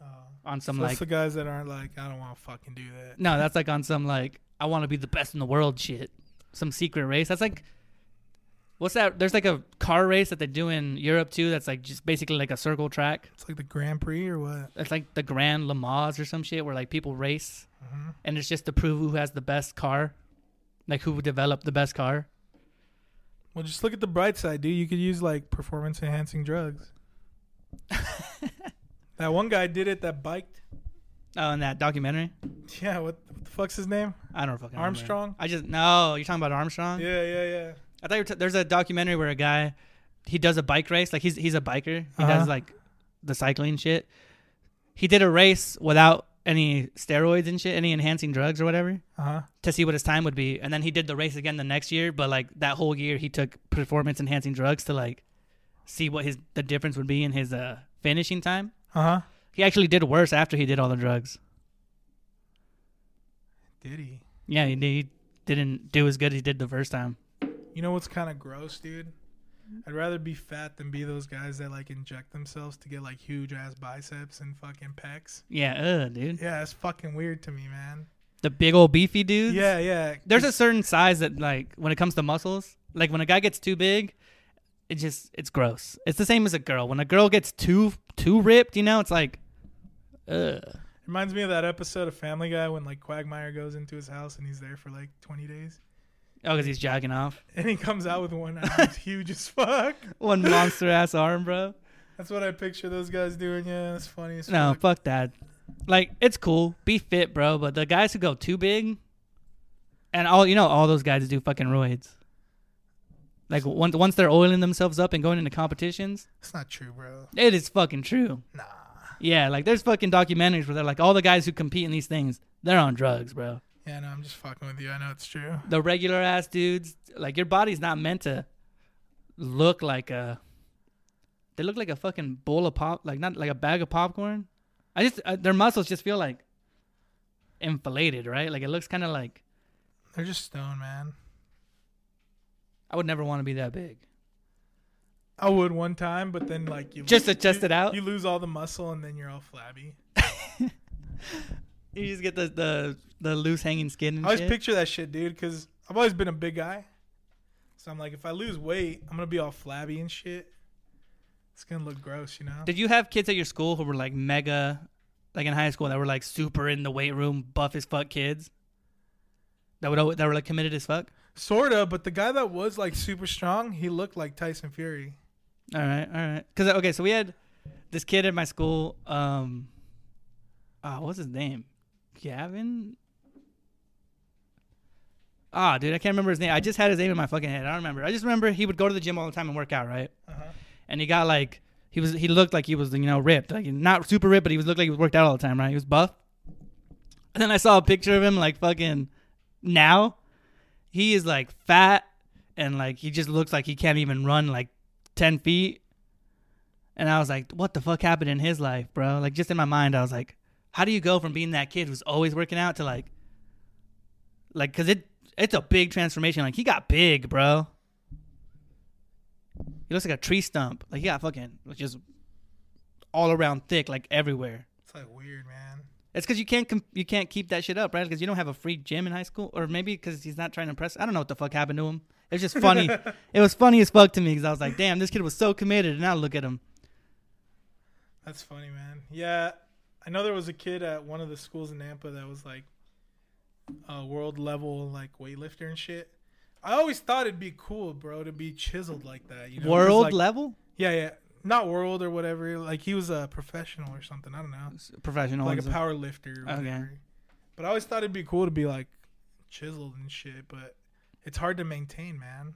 S1: uh,
S2: on
S1: so
S2: some
S1: that's
S2: like
S1: the guys that aren't like, I don't want to fucking do that.
S2: no, that's like on some like I want to be the best in the world shit. Some secret race. That's like what's that? There's like a car race that they do in Europe too. That's like just basically like a circle track.
S1: It's like the Grand Prix or what?
S2: It's like the Grand Le Mans or some shit where like people race
S1: hmm
S2: and it's just to prove who has the best car, like who developed the best car.
S1: Well, just look at the bright side, dude. You could use like performance enhancing drugs. that one guy did it that biked.
S2: Oh, in that documentary.
S1: Yeah, what, what the fuck's his name?
S2: I don't fucking remember.
S1: Armstrong?
S2: I just no. You're talking about Armstrong.
S1: Yeah, yeah, yeah.
S2: I thought you were t- there's a documentary where a guy he does a bike race. Like he's he's a biker. He
S1: Uh-huh.
S2: does like the cycling shit. He did a race without any steroids and shit, any enhancing drugs or whatever,
S1: Uh huh.
S2: to see what his time would be. And then he did the race again the next year. But like that whole year, he took performance enhancing drugs to like see what his the difference would be in his uh finishing time.
S1: Uh huh.
S2: He actually did worse after he did all the drugs.
S1: Did he?
S2: Yeah, he, he didn't do as good as he did the first time.
S1: You know what's kind of gross, dude? I'd rather be fat than be those guys that like inject themselves to get like huge ass biceps and fucking pecs.
S2: Yeah, uh, dude.
S1: Yeah, that's fucking weird to me, man.
S2: The big old beefy dudes.
S1: Yeah, yeah.
S2: There's a certain size that like when it comes to muscles, like when a guy gets too big, it just it's gross. It's the same as a girl. When a girl gets too too ripped, you know, it's like ugh.
S1: Reminds me of that episode of Family Guy when like Quagmire goes into his house and he's there for like 20 days. [laughs]
S2: Oh, cuz he's jogging off.
S1: And he comes out with one arm huge as fuck.
S2: One monster ass arm, bro.
S1: That's what I picture those guys doing. Yeah, that's funny as
S2: No,
S1: fuck.
S2: fuck that. Like it's cool. Be fit, bro, but the guys who go too big and all you know all those guys do fucking roids. Like once once they're oiling themselves up and going into competitions,
S1: That's not true, bro.
S2: it is fucking true.
S1: Nah.
S2: Yeah, like there's fucking documentaries where they're like all the guys who compete in these things, they're on drugs, bro.
S1: Yeah, no, I'm just fucking with you. I know it's true.
S2: The regular ass dudes, like your body's not meant to look like a. They look like a fucking bowl of pop, like not like a bag of popcorn. I just uh, their muscles just feel like inflated, right? Like it looks kind of like
S1: They're just stone, man.
S2: I would never want to be that big.
S1: I would one time, but then like you
S2: Just
S1: lose-
S2: adjust
S1: you-
S2: it out?
S1: You lose all the muscle and then you're all flabby.
S2: You just get the the, the loose hanging skin and
S1: I always
S2: shit.
S1: picture that shit, dude, because I've always been a big guy. So I'm like, if I lose weight, I'm gonna be all flabby and shit. It's gonna look gross, you know.
S2: Did you have kids at your school who were like mega, like in high school that were like super in the weight room, buff as fuck kids? That would alwa- that were like committed as fuck.
S1: Sorta, but the guy that was like super strong, he looked like Tyson Fury.
S2: All right, all right. Cause okay, so we had this kid at my school. Um, ah, what's his name? Gavin. Ah, dude, I can't remember his name. I just had his name in my fucking head. I don't remember. I just remember he would go to the gym all the time and work out, right?
S1: Uh-huh.
S2: and he got like he was he looked like he was you know ripped like not super ripped but he was looked like he was worked out all the time right he was buff and then i saw a picture of him like fucking now he is like fat and like he just looks like he can't even run like 10 feet and i was like what the fuck happened in his life bro like just in my mind i was like how do you go from being that kid who's always working out to like like because it it's a big transformation like he got big bro he looks like a tree stump. Like he got fucking like, just all around thick, like everywhere.
S1: It's like weird, man.
S2: It's because you can't com- you can't keep that shit up, right? Because you don't have a free gym in high school, or maybe because he's not trying to impress. I don't know what the fuck happened to him. It was
S1: [laughs]
S2: just funny. it was funny as fuck to me because I was like, damn, this kid was so committed, and now look at him.
S1: That's funny, man. Yeah, I know there was a kid at one of the schools in Nampa that was like a world level like weightlifter and shit. I always thought it'd be cool, bro, to be chiseled like that. You know, 'Cause,
S2: World
S1: like-
S2: level.
S1: Yeah, yeah. not world or whatever. Like he was a professional or something. I don't know,
S2: S- professional
S1: like a
S2: ones.
S1: power lifter. Or
S2: Okay.
S1: whatever. But I always thought it'd be cool to be like chiseled and shit, but it's hard to maintain, man.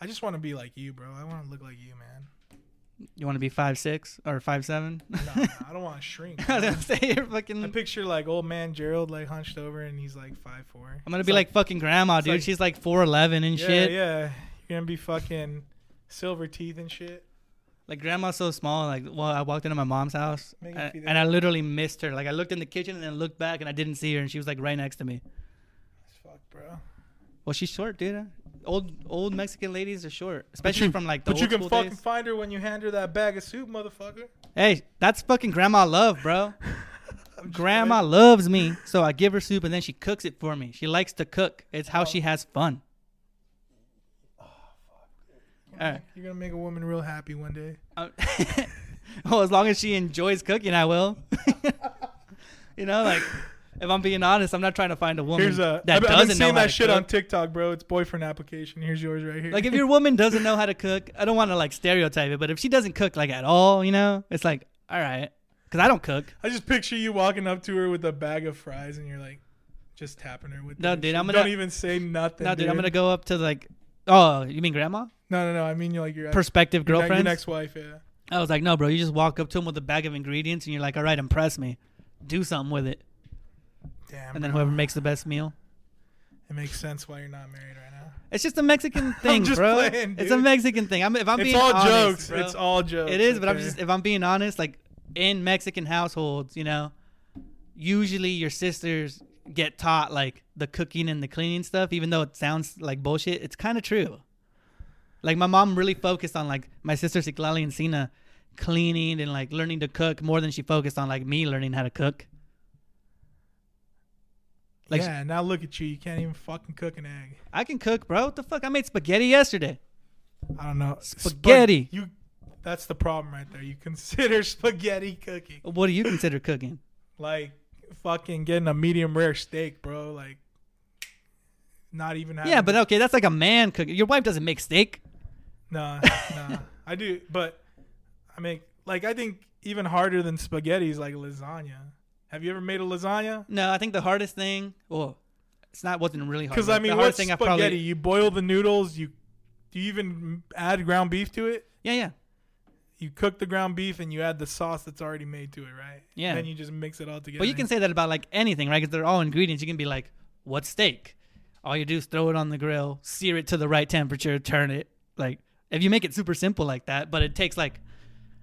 S1: I just want to be like you, bro. I want to look like you, man. [laughs]
S2: you want to be five six or five seven?
S1: No, no, I don't want to shrink.
S2: [laughs] I was gonna say you're
S1: I
S2: fucking.
S1: picture like old man Gerald like hunched over and he's like five four.
S2: I'm gonna be like, fucking grandma,
S1: it's
S2: dude.
S1: like-
S2: She's like four eleven and
S1: yeah,
S2: shit.
S1: yeah. You're gonna be fucking silver teeth and shit.
S2: Like grandma's so small. Like, well, I walked into my mom's house
S1: Make it
S2: and,
S1: feel-
S2: and I literally missed her. Like, I looked in the kitchen and then looked back and I didn't see her, and she was like right next to me.
S1: Fuck, bro.
S2: Well, she's short, dude. Old old Mexican ladies are short, especially
S1: you-
S2: from like the
S1: But
S2: old
S1: you can
S2: school
S1: fucking
S2: days.
S1: find her when you hand her that bag of soup, motherfucker.
S2: Hey, that's fucking grandma love,
S1: [laughs]
S2: bro.
S1: I'm just
S2: grandma
S1: saying.
S2: loves me, so I give her soup and then she cooks it for me. She likes to cook. It's how she has fun. All right.
S1: You're gonna make a woman real happy one day.
S2: Uh, [laughs] well, as long as she enjoys cooking, I will. [laughs] you know, like if I'm being honest, I'm not trying to find a woman
S1: Here's a.
S2: that
S1: I've, I've
S2: doesn't
S1: been
S2: know
S1: seeing
S2: how
S1: that
S2: to
S1: shit
S2: cook.
S1: on TikTok, bro. It's boyfriend application. Here's yours right here.
S2: like if your woman doesn't know how to cook, I don't want to like stereotype it, but if she doesn't cook like at all, you know, it's like all right, because I don't cook.
S1: [laughs] I just picture you walking up to her with a bag of fries and you're like, just tapping her with.
S2: No,
S1: that
S2: dude,
S1: shit.
S2: I'm gonna-
S1: Don't even say nothing.
S2: No, dude, I'm gonna go up to like, oh, you mean grandma,
S1: No, no, no. I mean, you're like your ex-
S2: prospective
S1: your ne-
S2: girlfriend?
S1: your next wife. Yeah.
S2: I was like, no, bro, you just walk up to him with a bag of ingredients and you're like, all right, impress me, do something with it,
S1: Damn.
S2: and then
S1: bro.
S2: whoever makes the best meal.
S1: It makes sense why you're not married right now.
S2: It's just
S1: [laughs]
S2: a Mexican thing,
S1: just
S2: bro.
S1: playing,
S2: it's a
S1: dude.
S2: Mexican thing. I'm if I'm
S1: it's
S2: being
S1: all
S2: honest,
S1: jokes.
S2: bro.
S1: It's all jokes.
S2: It is, but I'm
S1: okay?
S2: just if I'm being honest, like in Mexican households, you know, usually your sisters get taught like the cooking and the cleaning stuff, even though it sounds like bullshit. It's kind of true. Like my mom really focused on like my sister Ciclali and Sina cleaning and like learning to cook more than she focused on like me learning how to cook. Like
S1: yeah. Now look at you. You can't even fucking cook an egg.
S2: I can cook, bro. What the fuck? I made spaghetti yesterday.
S1: I don't know. Spag-
S2: Spaghetti.
S1: you. That's the problem right there. You consider [laughs] spaghetti cooking.
S2: What do you consider cooking?
S1: Like fucking getting a medium rare steak, bro. Like not even having
S2: Yeah, but okay, that's like a man cooking. Your wife doesn't make steak.
S1: nah, nah. I do, but I make like I think even harder than spaghetti is like lasagna. Have you ever made a lasagna?
S2: No, I think the hardest thing. Well, it's not wasn't really hard.
S1: Because
S2: but
S1: I mean,
S2: the
S1: what's
S2: hardest thing
S1: spaghetti?
S2: I probably
S1: You boil the noodles. You do you even add ground beef to it?
S2: yeah yeah
S1: You cook the ground beef and you add the sauce that's already made to it, right?
S2: Yeah.
S1: And then you just mix it all together.
S2: But you can say that about like anything, right? Because they're all ingredients. You can be like, what's steak? All you do is throw it on the grill, sear it to the right temperature, turn it. Like if you make it super simple like that, but it takes like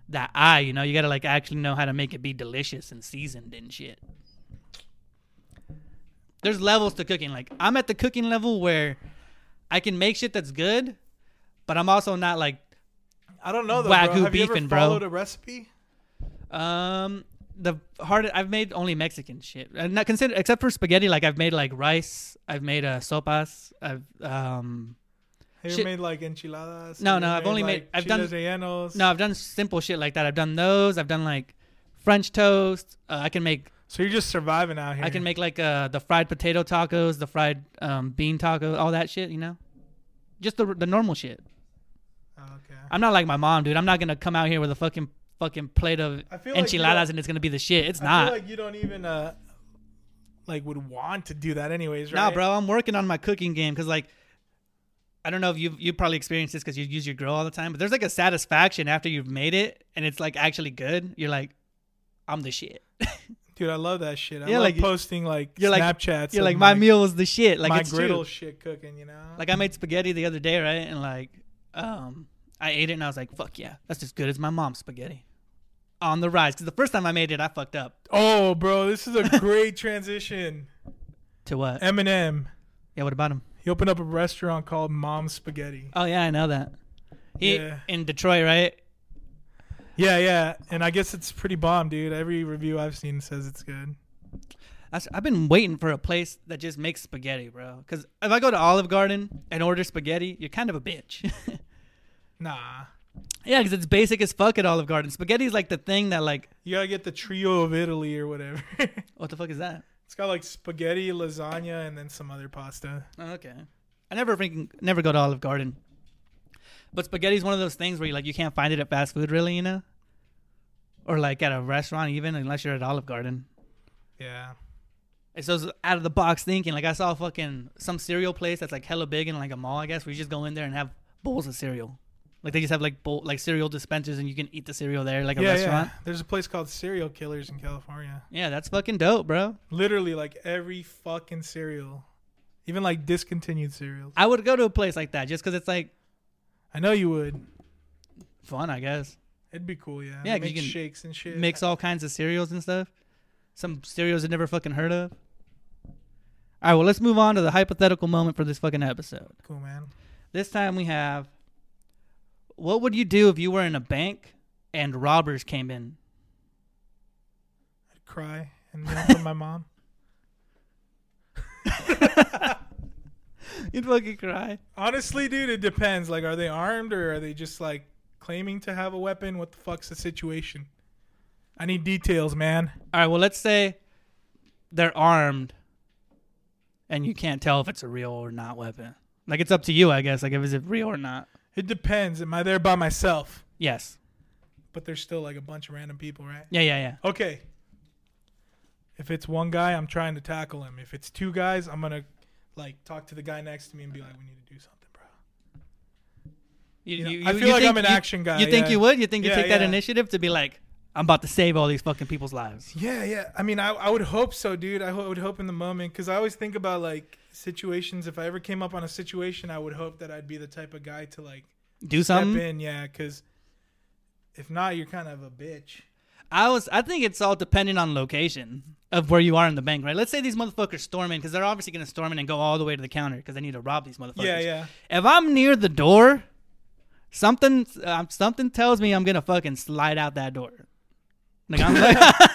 S2: that eye, you know, you gotta like actually know how to make it be delicious and seasoned and shit. There's levels to cooking. Like I'm at the cooking level where I can make shit that's good, but I'm also not like
S1: I don't know though.
S2: Wagyu
S1: bro. Have you
S2: beefing,
S1: ever
S2: bro.
S1: followed a recipe?
S2: Um, the hard I've made only Mexican shit. And not consider except for spaghetti. Like I've made like rice. I've made uh, sopas. I've um
S1: Have you
S2: Shit.
S1: made like enchiladas?
S2: No,
S1: Have you
S2: no, I've only made- I've done-
S1: chiles rellenos?
S2: no, I've done simple shit like that. I've done those. I've done like French toast. Uh, I can make
S1: So you're just surviving out here.
S2: I can make like uh the fried potato tacos, the fried um bean tacos, all that shit. You know, just the the normal shit.
S1: Oh, okay.
S2: I'm not like my mom, dude. I'm not gonna come out here with a fucking fucking plate of
S1: I feel like you
S2: enchiladas
S1: don't-
S2: and it's gonna be the shit. It's
S1: I
S2: not.
S1: feel like you don't even uh like would want to do that anyways, right?
S2: Nah, bro, I'm working on my cooking game because like. I don't know if you've you probably experienced this because you use your grill all the time, but there's like a satisfaction after you've made it and it's like actually good. You're like, I'm the shit.
S1: Dude, I love that shit. I
S2: Yeah,
S1: love
S2: like-
S1: posting like
S2: you're like-
S1: Snapchats.
S2: You're like,
S1: of,
S2: my meal was the shit. Like
S1: my
S2: it's
S1: griddle
S2: true.
S1: shit cooking, you know?
S2: Like I made spaghetti the other day, right? And like, um, I ate it and I was like, fuck yeah, that's as good as my mom's spaghetti. On the rise, because the first time I made it, I fucked up.
S1: oh, bro, this is a great transition.
S2: To what?
S1: Eminem.
S2: Yeah, what about him?
S1: He opened up a restaurant called Mom's Spaghetti.
S2: Oh yeah, I know that. He
S1: Yeah.
S2: in Detroit, right?
S1: Yeah, yeah. And I guess it's pretty bomb, dude. Every review I've seen says it's good.
S2: That's, I've been waiting for a place that just makes spaghetti, bro. Because if I go to Olive Garden and order spaghetti, you're kind of a bitch. [laughs]
S1: Nah.
S2: yeah, because it's basic as fuck at Olive Garden. Spaghetti's like the thing that like,
S1: You gotta get the trio of Italy or whatever. [laughs] it's
S2: what the fuck is that?
S1: got like spaghetti, lasagna, and then some other pasta.
S2: Oh, okay, I never freaking never go to Olive Garden. But spaghetti's one of those things where you like you can't find it at fast food, really, you know, or like at a restaurant, even unless you're at Olive Garden.
S1: Yeah.
S2: It's those out of the box thinking. Like I saw fucking some cereal place that's like hella big in like a mall, I guess, where you just go in there and have bowls of cereal. Like they just have like bowl, like cereal dispensers, and you can eat the cereal there, like a
S1: yeah,
S2: restaurant.
S1: yeah. There's a place called Cereal Killers in California.
S2: Yeah. that's fucking dope, bro.
S1: Literally, like every fucking cereal, even like discontinued cereals.
S2: I would go to a place like that just because it's like
S1: I know you would.
S2: fun, I guess.
S1: It'd be cool, yeah.
S2: Yeah, 'cause
S1: make
S2: you can
S1: shakes and shit.
S2: Mix all kinds of cereals and stuff. Some cereals I never fucking heard of. All right, well, let's move on to the hypothetical moment for this fucking episode.
S1: cool, man.
S2: This time we have what would you do if you were in a bank and robbers came in?
S1: I'd cry and yell for my mom. [laughs]
S2: [laughs] You'd fucking cry.
S1: Honestly, dude, it depends. Like, are they armed or are they just like claiming to have a weapon? What the fuck's the situation? I need details, man.
S2: All right, well, let's say they're armed and you can't tell if it's a real or not weapon. Like, it's up to you, I guess, like if it's real or not.
S1: It depends. Am I there by myself?
S2: Yes.
S1: But there's still like a bunch of random people, right?
S2: Yeah, yeah, yeah.
S1: Okay. If it's one guy, I'm trying to tackle him. If it's two guys, I'm gonna like talk to the guy next to me and be like, "We need to do something, bro."
S2: You,
S1: Yeah, I feel like I'm an action guy,
S2: You think
S1: yeah.
S2: you would? You think you
S1: Yeah,
S2: take that
S1: yeah.
S2: initiative to be like, I'm about to save all these fucking people's lives.
S1: Yeah, yeah. I mean, I, I would hope so, dude. I, ho- would hope in the moment because I always think about like situations. If I ever came up on a situation, I would hope that I'd be the type of guy to like
S2: Do
S1: step
S2: something.
S1: in, yeah. Because if not, you're kind of a bitch.
S2: I was. I think it's all dependent on location of where you are in the bank, right? Let's say these motherfuckers storm in because they're obviously gonna storm in and go all the way to the counter because they need to rob these motherfuckers.
S1: Yeah, yeah.
S2: If I'm near the door, something um, something tells me I'm gonna fucking slide out that door. Like I'm like, [laughs]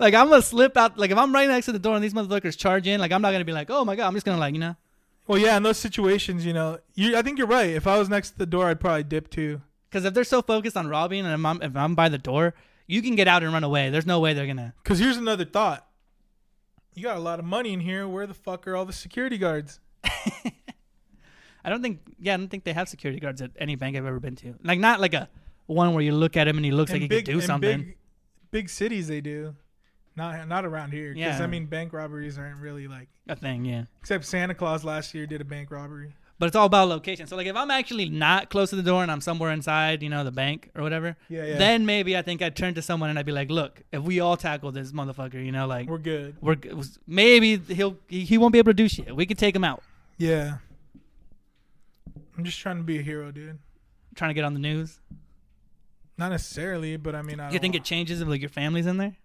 S2: like I'm gonna slip out. Like if I'm right next to the door and these motherfuckers charge in, like I'm not gonna be like, oh my god, I'm just gonna like you know.
S1: Well, yeah. In those situations, you know, you. I think you're right. If I was next to the door, I'd probably dip too.
S2: Because if they're so focused on robbing and if I'm, if I'm by the door, you can get out and run away. There's no way they're gonna.
S1: Because here's another thought. You got a lot of money in here. Where the fuck are all the security guards?
S2: I don't think. Yeah, I don't think they have security guards at any bank I've ever been to. Like not like a one where you look at him and he looks like he could do
S1: in
S2: something.
S1: Big, big cities, they do. Not not around here. Because,
S2: Yeah.
S1: I mean, bank robberies aren't really like.
S2: a thing, yeah.
S1: Except Santa Claus last year did a bank robbery.
S2: But it's all about location. So like if I'm actually not close to the door and I'm somewhere inside, you know, the bank or whatever.
S1: Yeah, yeah.
S2: Then maybe I think I'd turn to someone and I'd be like, look, if we all tackle this motherfucker, you know, like
S1: We're good.
S2: we're, g maybe he'll he, he won't be able to do shit. We could take him out.
S1: Yeah. I'm just trying to be a hero, dude.
S2: trying to get on the news.
S1: Not necessarily, but I mean, I
S2: You
S1: don't
S2: think it changes if like your family's in there?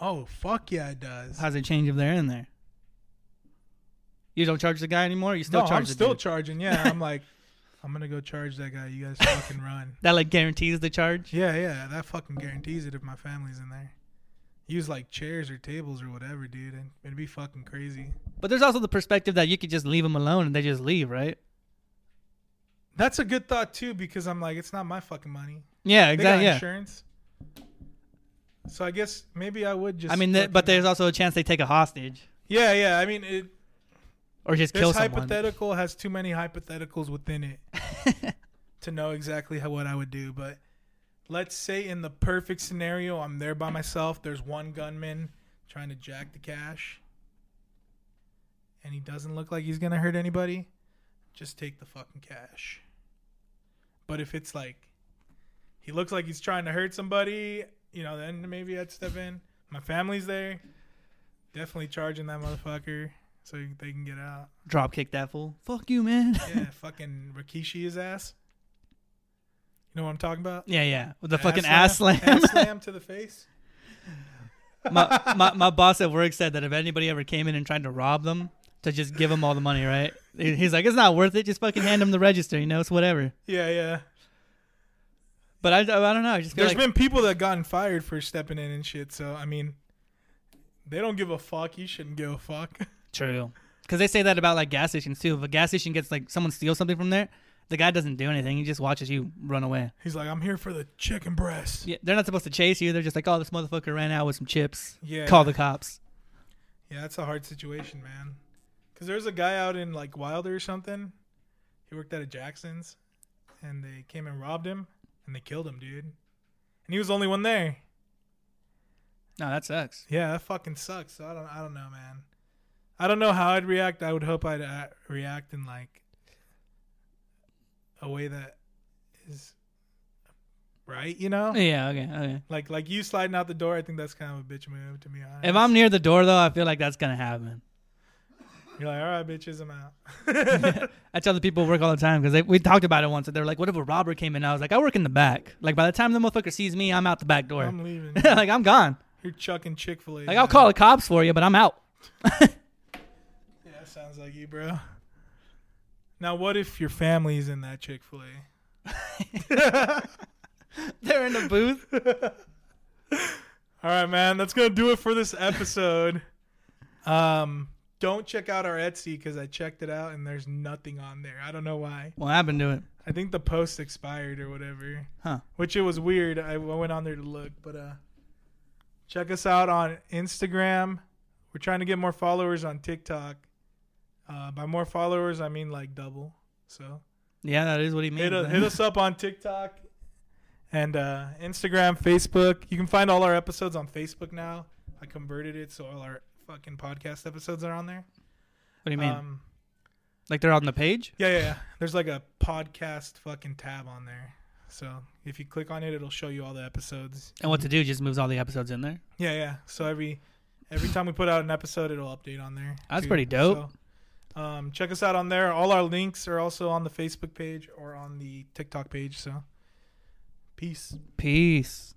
S1: Oh fuck yeah, it does.
S2: How's it change if they're in there? You don't charge the guy anymore. You still
S1: no,
S2: charge
S1: I'm
S2: the
S1: still
S2: dude?
S1: charging. Yeah, I'm like, [laughs] I'm gonna go charge that guy. You guys fucking run.
S2: that like guarantees the charge.
S1: Yeah, yeah, that fucking guarantees it if my family's in there. Use like chairs or tables or whatever, dude, and it'd be fucking crazy.
S2: But there's also the perspective that you could just leave them alone and they just leave, right?
S1: That's a good thought too, because I'm like, it's not my fucking money.
S2: Yeah,
S1: They got
S2: exactly. Yeah.
S1: insurance. So I guess maybe I would just.
S2: I mean, th-
S1: fucking-
S2: but there's also a chance they take a hostage
S1: Yeah, yeah. I mean, it,
S2: or just kill
S1: this
S2: someone.
S1: hypothetical has too many hypotheticals within it
S2: [laughs]
S1: to know exactly how what I would do. But let's say in the perfect scenario, I'm there by myself. There's one gunman trying to jack the cash, and he doesn't look like he's gonna hurt anybody. Just take the fucking cash. But if it's like he looks like he's trying to hurt somebody, you know, then maybe I'd step in. My family's there. Definitely charging that motherfucker so they can get out.
S2: Drop kick that fool. Fuck you, man.
S1: Yeah, fucking Rikishi his ass. You know what I'm talking about?
S2: [laughs] yeah, yeah. With the fucking ass slam.
S1: Ass slam to the face.
S2: my, my my boss at work said that if anybody ever came in and tried to rob them, to just give them all the money, right? He- He's like, it's not worth it. Just fucking hand them the register. You know, it's whatever.
S1: Yeah, yeah.
S2: But I, I don't know. I just feel
S1: There's
S2: like
S1: been people that gotten fired for stepping in and shit. So I mean, they don't give a fuck. You shouldn't give a fuck. [laughs]
S2: True. Because they say that about like gas stations too. If a gas station gets like someone steals something from there, the guy doesn't do anything. He just watches you run away.
S1: He's like, I'm here for the chicken breast.
S2: Yeah, they're not supposed to chase you. They're just like, oh, this motherfucker ran out with some chips.
S1: Yeah.
S2: Call the cops.
S1: Yeah, that's a hard situation, man. Cause there's a guy out in like Wilder or something. He worked at a Jackson's, and they came and robbed him and they killed him, dude. And he was the only one there.
S2: No, that sucks.
S1: Yeah, that fucking sucks. So I don't I don't know, man. I don't know how I'd react. I would hope I'd uh, react in like a way that is right, you know?
S2: Yeah. Okay. Okay.
S1: Like like you sliding out the door, I think that's kind of a bitch move to be honest.
S2: If I'm near the door though, I feel like that's gonna happen.
S1: You're like, "All right, bitches, I'm
S2: [laughs]
S1: out."
S2: I tell the people who work all the time because we talked about it once. And they were like, "What if a robber came in?" I was like, "I work in the back. Like by the time the motherfucker sees me, I'm out the back door. [laughs]
S1: I'm leaving.
S2: like I'm gone.
S1: You're chucking Chick-fil-A.
S2: Like I'll call the cops for you, but I'm out."
S1: Yeah, sounds like you, bro. Now, what if your family's in that Chick Fil A?
S2: They're in the
S1: [laughs]
S2: booth.
S1: All right, man, that's gonna do it for this episode. um, don't check out our Etsy because I checked it out and there's nothing on there. I don't know why.
S2: Well, I've been doing.
S1: I think the post expired or whatever.
S2: Huh.
S1: Which it was weird. I I went on there to look, but uh, check us out on Instagram. We're trying to get more followers on TikTok. Uh, by more followers, I mean like double. So
S2: Yeah, that is what he means.
S1: hit, us- hit us up on TikTok and uh, Instagram, Facebook. You can find all our episodes on Facebook now. I converted it so all our fucking podcast episodes are on there.
S2: what do you mean?
S1: Um,
S2: like they're on the page?
S1: yeah, yeah, yeah. There's like a podcast fucking tab on there. So if you click on it, it'll show you all the episodes.
S2: And what to do just moves all the episodes in there.
S1: Yeah, yeah. So every every time we put out an episode, it'll update on there.
S2: That's pretty dope.
S1: So, um, check us out on there. All our links are also on the Facebook page or on the TikTok page. So peace.
S2: Peace.